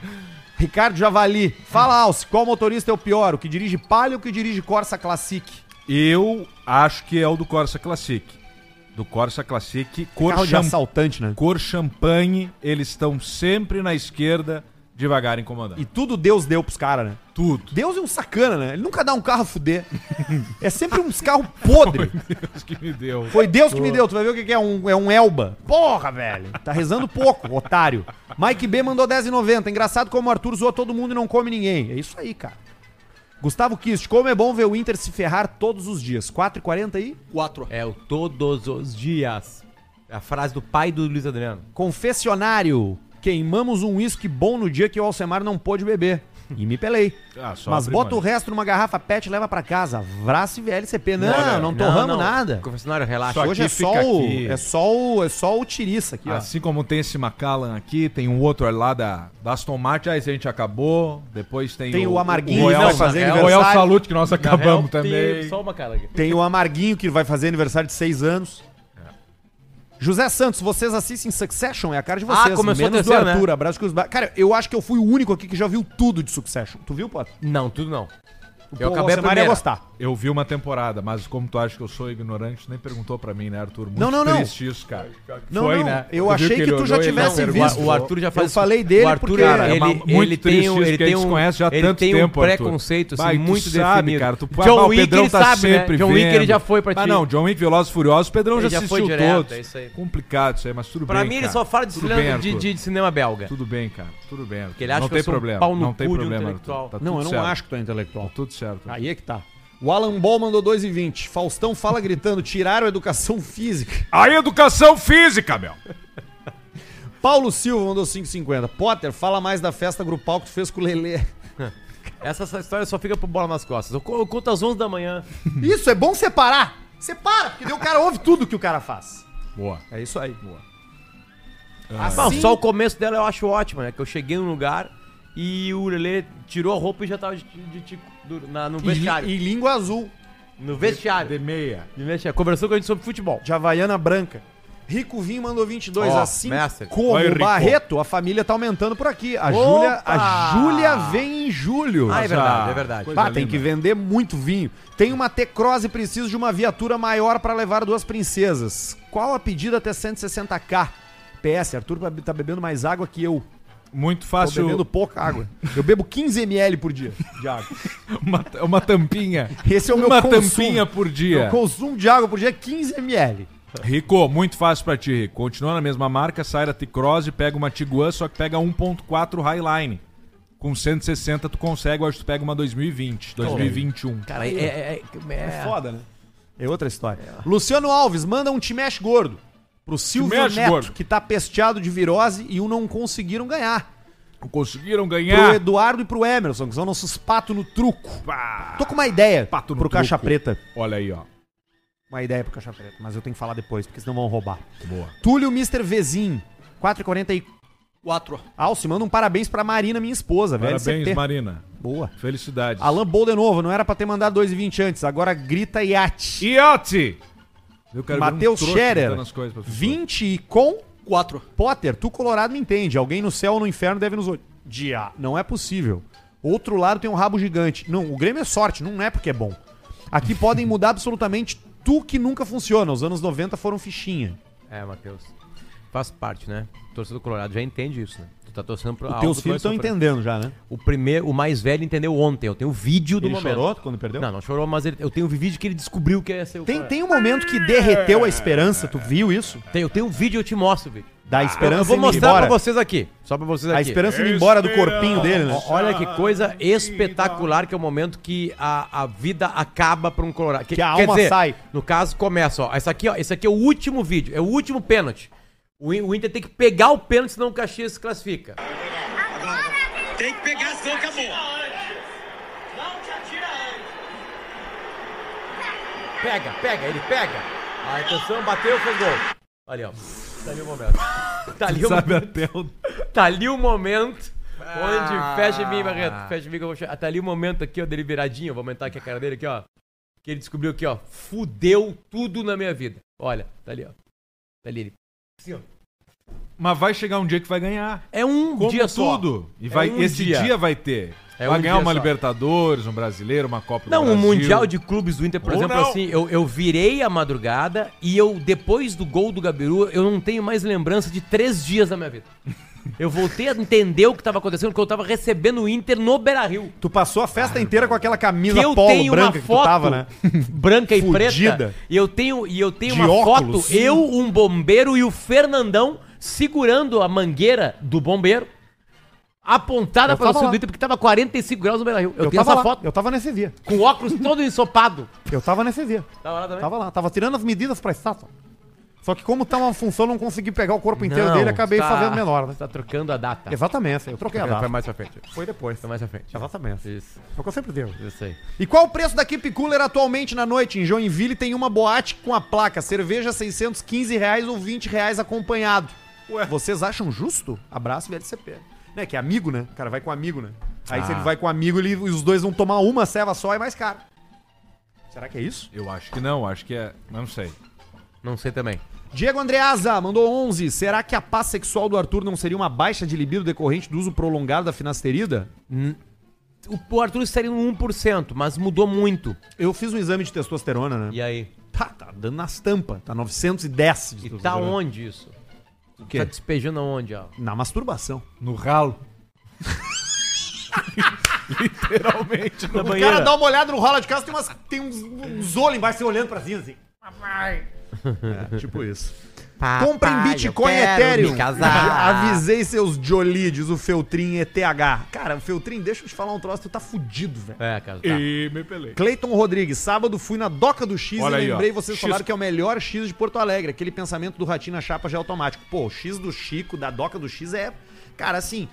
Ricardo Javali, fala Alce, qual motorista é o pior? O que dirige Palio ou o que dirige Corsa Classic?
Eu acho que é o do Corsa Classic. Do Corsa Classic, cor,
Carro de
cham-
assaltante, né?
cor champanhe, eles estão sempre na esquerda, devagar em comandar.
E tudo Deus deu pros caras, né?
tudo.
Deus é um sacana, né? Ele nunca dá um carro a fuder. É sempre uns carros podre.
Deus que me deu.
Foi Deus que me deu. Tu vai ver o que que é um, é um Elba. Porra, velho. Tá rezando pouco, otário. Mike B mandou 10,90. Engraçado como o Arthur zoa todo mundo e não come ninguém. É isso aí, cara. Gustavo Kist, como é bom ver o Inter se ferrar todos os dias. 4,40 aí?
Quatro.
É o todos os dias. É A frase do pai do Luiz Adriano.
Confessionário. Queimamos um uísque bom no dia que o Alcemar não pôde beber. E me pelei.
Ah, só
Mas
abrir
bota o
mais.
resto numa garrafa pet e leva pra casa. Vrace VLCP. Não,
Olha,
não torramos nada.
É. Confessionário, relaxa.
Só
Hoje
aqui
é só,
fica
o,
aqui.
é só o. É só o tiriça aqui, ó.
Assim como tem esse Macallan aqui, tem um outro lá da, da Aston Martin, aí a gente acabou. Depois tem,
Tem o Amarguinho,
o Royal,
que vai
Sa- É
fazer
o
aniversário.
Royal Salute, que nós
Na real,
acabamos
tem
também.
Só uma cara aqui.
Tem o Amarguinho que vai fazer aniversário de seis anos. José Santos, vocês assistem Succession? É a cara de vocês.
Ah, começou a
menos
terceira,
do Arthur, abraço que os ba- Cara, eu acho que eu fui o único aqui que já viu tudo de Succession. Tu viu, Potter?
Não, tudo não.
O
Eu acabei a
Alcemar
primeira.
ia gostar.
Eu vi uma temporada, mas como tu acha que eu sou ignorante, tu nem perguntou pra mim, né, Arthur? Muito
Não, não, não.
triste isso, cara.
Não, não, eu
viu
achei que
ele
tu já
olhou, ele
tivesse
não
visto.
perguntou.
O, o Arthur já
Eu
faz.
falei dele
o Arthur,
porque-
cara,
é
ele,
uma-
ele,
muito
tem
triste
um,
isso,
ele
que a
tem
gente
um,
conhece já há
ele
tanto
tem um
tempo, Arthur.
preconceito assim,
Vai, tu
muito
sabe,
definido.
cara, tu-
John
ah, o
Wick,
Pedrão
ele
tá
sabe, né?
sempre
John Wick, ele
vendo.
já foi pra ti.
Mas não, John Wick, Velozes e Furiosos, o Pedrão
Ele
já
já foi
assistiu
direto,
todos.
é isso aí.
Complicado isso aí, mas tudo
Pra
bem,
mim, ele
cara.
só fala de,
Tudo
cinema-
bem,
de,
Arthur.
de- de cinema belga.
Tudo bem, cara. Tudo bem. Arthur.
Que ele acha
não
que eu
tem
sou um
problema.
pau no
não tem
cu de um
problema,
intelectual.
Arthur. Tá
não,
tudo
eu não
certo.
acho que tu é intelectual.
Tudo certo.
Aí é que tá. O Alan Ball mandou 2,20. Faustão fala gritando: tiraram a educação física.
A educação física, meu.
Paulo Silva mandou 5,50. Potter, fala mais da festa grupal que tu fez com o Lelê.
Essa, essa história só fica pro bola nas costas. Eu, co- eu conto às 11 da manhã.
Isso, é bom separar. Separa, porque daí o cara ouve tudo que o cara faz.
Boa.
É isso aí.
Não, só o começo dela eu acho ótimo, né? Que eu cheguei num lugar e o Lelê tirou a roupa e já tava de, de, de- do- na- no vestiário.
E, e língua azul,
no vestiário.
meia.
De vestiário. Conversou com a gente sobre futebol.
de Havaiana branca. Rico Vinho mandou 22
Ó,
assim.
mestre.
Como
Vai, Rico.
Barreto, a família tá aumentando por aqui. A
Opa!
Júlia, a Júlia vem em julho.
Ah, é verdade, é
Ah,
verdade.
Coisa
tem
linda.
que vender muito vinho. Tem uma T-Cross e preciso de uma viatura maior para levar duas princesas. Qual a pedida até 160k? PS, Arthur be- tá bebendo mais água que eu.
Muito
Tô
fácil.
bebendo pouca água. Eu bebo 15 ml por dia de água.
Uma, uma tampinha.
Esse é o meu
uma
consumo.
tampinha por
Meu
dia.
consumo de água por dia é 15 ml.
Rico, muito fácil pra ti, Rico. Continua na mesma marca, sai da T-Cross e pega uma Tiguan, só que pega 1.4 Highline. Com 160 tu consegue, eu acho que tu pega uma 2020, 2021.
Cara, é. é, é, é-
Foda, né? É outra história. Luciano Alves, manda um timesh gordo pro Silvio
Timesh
Neto,
gordo.
que tá pesteado de virose e o não conseguiram ganhar.
Conseguiram
Pro
ganhar.
Eduardo e pro Emerson, que são nossos patos no truco. Tô com uma ideia
Pato no
pro Caixa
truco.
Preta.
Olha aí, ó.
Uma ideia pro Caixa Preta, mas eu tenho que falar depois, porque senão vão roubar.
Boa.
Túlio Mr. Vezin, 4h44.
Quatro.
Alce, manda um parabéns pra Marina, minha esposa, velho. é
Parabéns, Marina.
Boa.
Felicidades.
Alan Bol de novo, não era pra ter mandado 2,20 antes, agora grita iate.
Iotti! Eu quero ver um
Matheus
trouxa
Scherer,
botando as coisas pra pessoa.
20 e com
Quatro.
Potter, tu colorado me entende. Alguém no céu ou no inferno deve nos odiar. Não é possível. Outro lado tem um rabo gigante. Não, o Grêmio é sorte, não é porque é bom. Aqui podem mudar absolutamente tu que nunca funciona. Os anos 90 foram fichinha.
É, Matheus. Faz parte, né? Torcedor colorado já entende isso, né? Tu tá torcendo pro. algo, tu
Teus
vai
filhos estão
sofrer.
entendendo já, né?
O primeiro, o mais velho entendeu ontem. Eu tenho o vídeo do
Ele
momento.
chorou quando perdeu?
Não, não chorou, mas ele- eu tenho o vídeo que ele descobriu que é ia ser o
Tem,
colorado.
tem um momento que derreteu a esperança, tu viu isso?
Tem, eu tenho um vídeo, eu te mostro o vídeo.
Da
Ah, eu
esperança
vou
indo
mostrar
embora.
pra vocês aqui. Só pra vocês aqui.
A esperança indo embora do corpinho dele, né?
Ó, Olha que coisa espetacular que é o momento que a, a vida acaba pra um colorado.
Que a alma sai.
No caso, começa, ó. Esse aqui, ó, esse aqui é o último vídeo, é o último pênalti. O, In- o Inter tem que pegar o pênalti, senão o Caxias se classifica.
Tem que pegar, senão acabou.
Pega, pega, ele pega. A atenção, bateu, fez gol. Ali, ó. Tá ali o momento. Tá ali o
Sabe
momento.
até o...
Tá ali o momento.
Ah.
Onde. Fecha em mim, Barreto. Fecha em mim que eu vou chegar. Tá ali o momento aqui, ó, dele viradinho. Eu vou aumentar aqui a cara dele aqui, ó. Que ele descobriu aqui, ó. Fudeu tudo na minha vida. Olha, tá ali, ó. Tá ali ele. Assim, ó.
Mas vai chegar um dia que vai ganhar.
É um
Como
dia só.
tudo. E vai,
É um
esse
dia.
dia. vai ter.
É
vai
um
ganhar
dia
uma
só.
Libertadores, um brasileiro, uma Copa do
Não, o
Brasil.
Mundial de Clubes do Inter, por
Ou
exemplo,
não.
assim, eu, eu virei a madrugada e eu, depois do gol do Gabiru, eu não tenho mais lembrança de três dias da minha vida. Eu voltei a entender o que tava acontecendo, porque eu tava recebendo o Inter no Beira-Rio.
Tu passou a festa inteira com aquela camisa
que eu
polo
tenho uma
branca que tu
foto
tava, né?
branca e preta
Fudida.
e eu tenho e eu tenho
De
uma
óculos.
foto eu um bombeiro e o Fernandão segurando a mangueira do bombeiro apontada
Eu
para o
tava
seu
lá.
Twitter porque tava 45 graus no Beira Rio eu, tenho
tava
essa
lá,
foto
Eu tava nesse dia.
com o óculos todo ensopado
Eu tava nesse dia.
tava lá também
Tava lá, tava tirando as medidas pra estátua. Só que como tá uma função, não consegui pegar o corpo inteiro
Não,
dele, acabei
tá-
fazendo menor, né?
tá trocando a data
Exatamente, eu troquei a
Foi
data.
mais pra frente
Foi depois.
Foi mais pra frente
Exatamente.
isso
É o que eu sempre devo.
isso aí
E qual o preço da Keep Cooler atualmente na noite? Em Joinville tem uma boate com a placa cerveja R$ 615 reais ou R$ 20 reais acompanhado. Vocês acham justo? Abraço VLCP. Né, que é amigo, né? O cara vai com amigo, né? Aí
Ah.
se ele vai com amigo, ele, os dois vão tomar uma ceva só, é mais caro. Será que é isso?
Eu acho que não, acho que é. Mas não sei.
não sei também
Diego Andreasa mandou 11. Será que a paz sexual do Arthur não seria uma baixa de libido decorrente do uso prolongado da finasterida?
o, o Arthur estaria no 1% mas mudou muito
Eu fiz um exame de testosterona, né?
e aí
Tá, tá dando nas tampas. Tá 910 de
e tá
testosterona.
onde isso
O
tá
quê?
despejando aonde ó
Na masturbação.
No ralo. tá. Literalmente no
O cara dá uma olhada no rola de casa, tem, umas, tem uns, uns olhos embaixo, você olhando pra cima assim. É, tipo isso. Comprem Bitcoin
eu quero
Ethereum.
me casar.
Avisei seus Jolie, diz o Feltrin ETH. Cara, o Feltrin, deixa eu te falar um troço, tu tá fudido, velho.
É, cara, tá.
E me pelei.
Cleiton Rodrigues, sábado fui na Doca do X
Olha
e
aí,
lembrei,
ó.
vocês
X.
falaram que é o melhor X de Porto Alegre, aquele pensamento do Ratinho na chapa já é automático. Pô, o X do Chico, da Doca do X é. Cara, assim.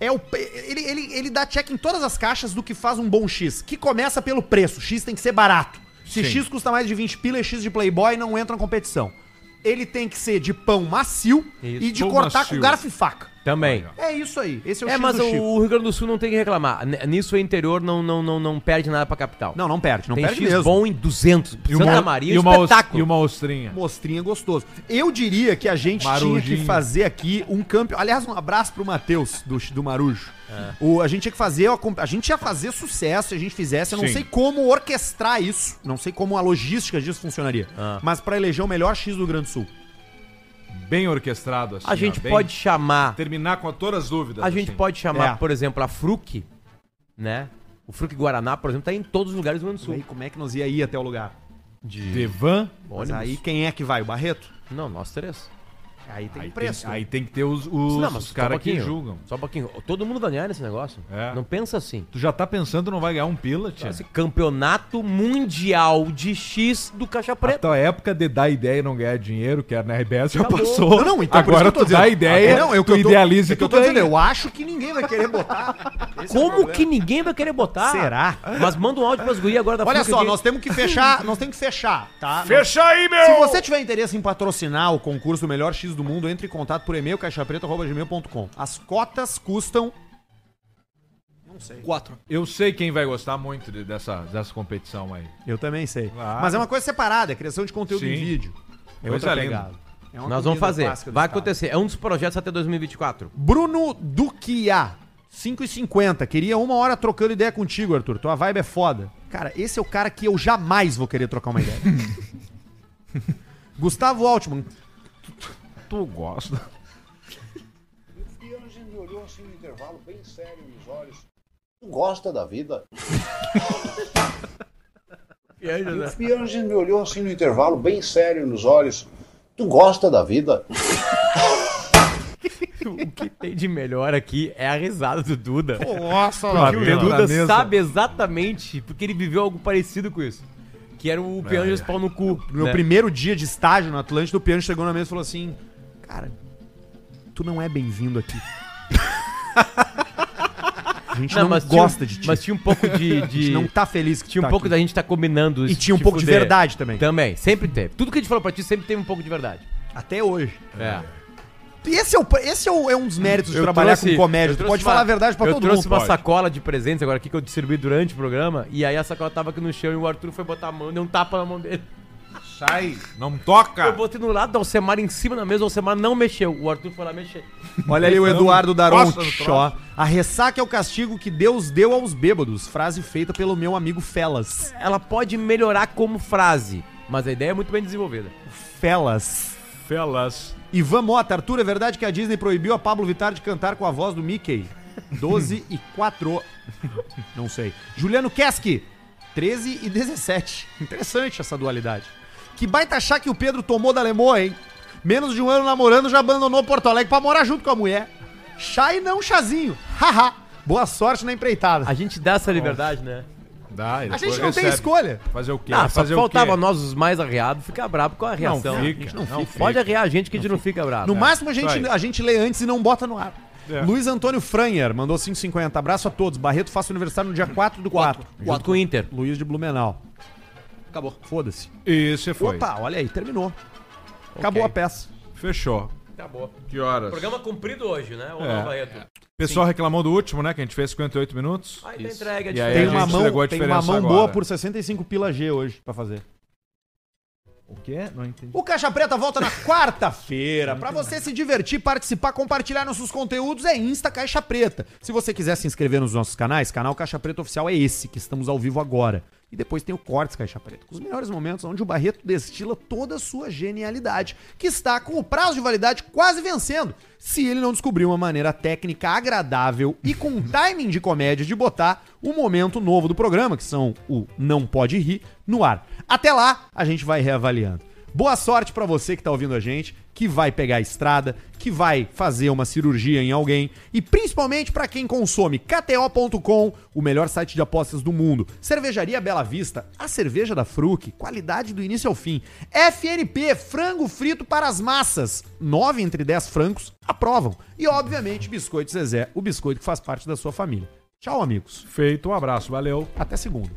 É o, pe- ele, ele, ele dá check em todas as caixas do que faz um bom X, que começa pelo preço. X tem que ser barato. Se
Sim.
X custa mais de 20 pila, é X de Playboy não entra na competição. Ele tem que ser de pão macio
Isso.
e de
Pão
cortar
macio.
com garfo e faca.
Também.
É isso aí. Esse é o
É,
X
mas
do
o,
Chico.
Rio Grande do Sul não tem que reclamar. N- Nisso o interior não, não, não, não perde nada pra capital.
Não, não perde, não
tem
perde
X
mesmo.
bom em 200.
E
Santa
uma,
Maria
e
é um
uma, os-
espetáculo.
e uma ostrinha.
Mostrinha gostoso. Eu diria que a gente tinha que
Marujinho.
fazer aqui um campeão. Aliás, um abraço pro Matheus do, do Marujo. O, a gente tinha que fazer. uma comp- A gente ia fazer sucesso se a gente fizesse. Eu não
Sim.
sei como orquestrar isso. Não sei como a logística disso funcionaria.
Ah.
Mas pra eleger o melhor X do Rio Grande do Sul.
Bem orquestrado, assim.
A gente
ó, bem-
pode chamar.
Terminar com todas as dúvidas.
A gente
assim.
pode chamar,
É.
por exemplo, a Fruc, né? O Fruc Guaraná, por exemplo, tá em todos os lugares do Rio Grande
E
do
aí,
Sul.
como é que nós ia ir até o lugar?
De van.
Mas
Ônibus.
aí quem é que vai? O Barreto?
Não, nós três.
Aí tem
Aí
preço.
tem, aí tem que ter os, os,
não, mas
os
só
caras
pouquinho.
que julgam.
Só um pouquinho. Todo mundo ganhar nesse negócio.
É.
Não pensa assim.
Tu já tá pensando que não vai ganhar um pila, tia?
Esse assim, campeonato mundial de X do Caixa
A
Preta.
tua época de dar ideia e não ganhar dinheiro, que era na RBS, já
Acabou.
Não,
passou.
não, então por
Agora
isso que eu tô
tu dá
dizendo.
ideia,
não, eu
tu
é
idealiza e
que eu
tu
tô dizendo,
ganha.
eu acho que ninguém vai querer botar.
Como que ninguém vai querer
Ah.
botar?
Será?
Mas manda um áudio pras gurias agora da
Olha
Fruc
só,
aqui.
nós temos que fechar, nós temos que fechar, tá?
Fecha aí, meu!
Se você tiver interesse em patrocinar o concurso do melhor X do mundo, entre em contato por e-mail caixapreta@gmail.com. As cotas custam
Quatro.
Eu sei quem vai gostar muito de- dessa, dessa competição aí.
Eu também sei.
Claro.
Mas é uma coisa separada, é criação de conteúdo
Sim.
em vídeo. É
Coisa
outra
linda.
pegada. É uma
Nós vamos
comida
fazer.
clássica do
Vai
estado.
acontecer. É um dos projetos até 2024.
Bruno Duquia, 5,50. Queria uma hora trocando ideia contigo, Arthur. Tua vibe é foda. Cara, esse é o cara que eu jamais vou querer trocar uma ideia. Gustavo Altman,
Tu gosta.
E Angie me olhou assim no intervalo, bem sério nos olhos. Tu gosta da vida? E Angie me olhou assim no intervalo, bem sério nos olhos. Tu gosta da vida?
o que tem de melhor aqui é a risada do Duda.
Nossa,
lá,
o
Dentro da
Duda
mesa.
sabe exatamente porque ele viveu algo parecido com isso. Que era o Pianjas pau no cu.
No meu
né?
primeiro dia de estágio no Atlântico, o piano chegou na mesa e falou assim: Cara, tu não é bem-vindo aqui. A gente não,
tinha um-
gosta de ti.
Mas tinha um pouco de.
a
de
gente não tá feliz que tu
tinha um
tá
pouco
aqui.
da gente tá combinando
E
isso,
tinha um
te
pouco de
fuder.
verdade também.
Também, sempre teve. Tudo que a gente falou pra ti sempre teve um pouco de verdade.
Até hoje.
É.
E esse é, o, esse é, o- é um dos méritos de
Eu
trabalhar
trouxe-
com comédia.
eu
Tu
trouxe
pode
uma-
falar a verdade pra
eu
todo
trouxe
mundo.
uma
pode.
sacola de presentes agora aqui que eu distribuí durante o programa. E aí a sacola tava aqui no chão e o Arthur foi botar a mão, deu um tapa na mão dele.
Sai, não toca!
Eu botei no lado do Alcemar em cima da mesa, o Alcemar não mexeu. O Arthur foi lá mexer.
Olha ali o
Não,
Eduardo Daron.
costa no troço.
ó. A ressaca é o castigo que Deus deu aos bêbados. Frase feita pelo meu amigo Felas.
Ela pode melhorar como frase, mas a ideia é muito bem desenvolvida.
Felas.
Felas.
Ivan Mota, Arthur, é verdade que a Disney proibiu a Pablo Vittar de cantar com a voz do Mickey? 12 e 4. Não sei. Juliano Keski, 13 e 17. Interessante essa dualidade. Que baita achar que o Pedro tomou da Lemoa, hein? Menos de um ano namorando, já abandonou Porto Alegre pra morar junto com a mulher. Chá e não chazinho. Haha. Boa sorte na
A
empreitada.
gente dá essa liberdade, né?
Dá, e
A
depois
gente não tem
recebe.
escolha.
Fazer o quê?
Ah, só
Fazer
faltava
o quê?
nós, os mais arreados, ficar bravo com a
Não
reação.
fica, não, fica.
Pode arrear a gente que a gente não fica bravo.
No
É.
máximo a gente,
aí.
a gente lê antes e não bota no ar.
É.
Luiz Antônio Franher mandou 5,50. Abraço a todos. Barreto faz aniversário no dia 4 do 4.
Junto com o Inter.
Luiz de Blumenau. Acabou. Foda-se.
E você foi.
Opa, olha aí, terminou. Acabou a peça.
Fechou.
Acabou.
Que horas?
Tá Programa cumprido hoje, né? O
É.
Nova Reto.
O pessoal reclamou do último, né? Que a gente fez 58 minutos.
Aí tá entregue a
E aí
Tem
É, a
uma,
gente
mão,
entregou a
tem uma
diferença
mão
agora.
boa por 65 pila G hoje pra fazer.
O quê? Não entendi.
O Caixa Preta volta na quarta-feira. Pra você se divertir, participar, compartilhar nossos conteúdos é Insta Caixa Preta. Se você quiser se inscrever nos nossos canais, canal Caixa Preta Oficial é esse, que estamos ao vivo agora. E depois tem o Cortes Caixa Preta, com os melhores momentos onde o Barreto destila toda a sua genialidade, que está com o prazo de validade quase vencendo, se ele não descobrir uma maneira técnica agradável e com um timing de comédia de botar o momento novo do programa, que são o Não Pode Rir, no ar. Até lá, a gente vai reavaliando. Boa sorte pra você que tá ouvindo a gente, que vai pegar a estrada, que vai fazer uma cirurgia em alguém e principalmente pra quem consome KTO.com, o melhor site de apostas do mundo, Cervejaria Bela Vista, a cerveja da Fruc, qualidade do início ao fim, FNP, frango frito para as massas, 9 entre 10 francos aprovam e obviamente Biscoito Zezé, o biscoito que faz parte da sua família. Tchau, amigos.
Feito, um abraço, valeu.
Até segunda.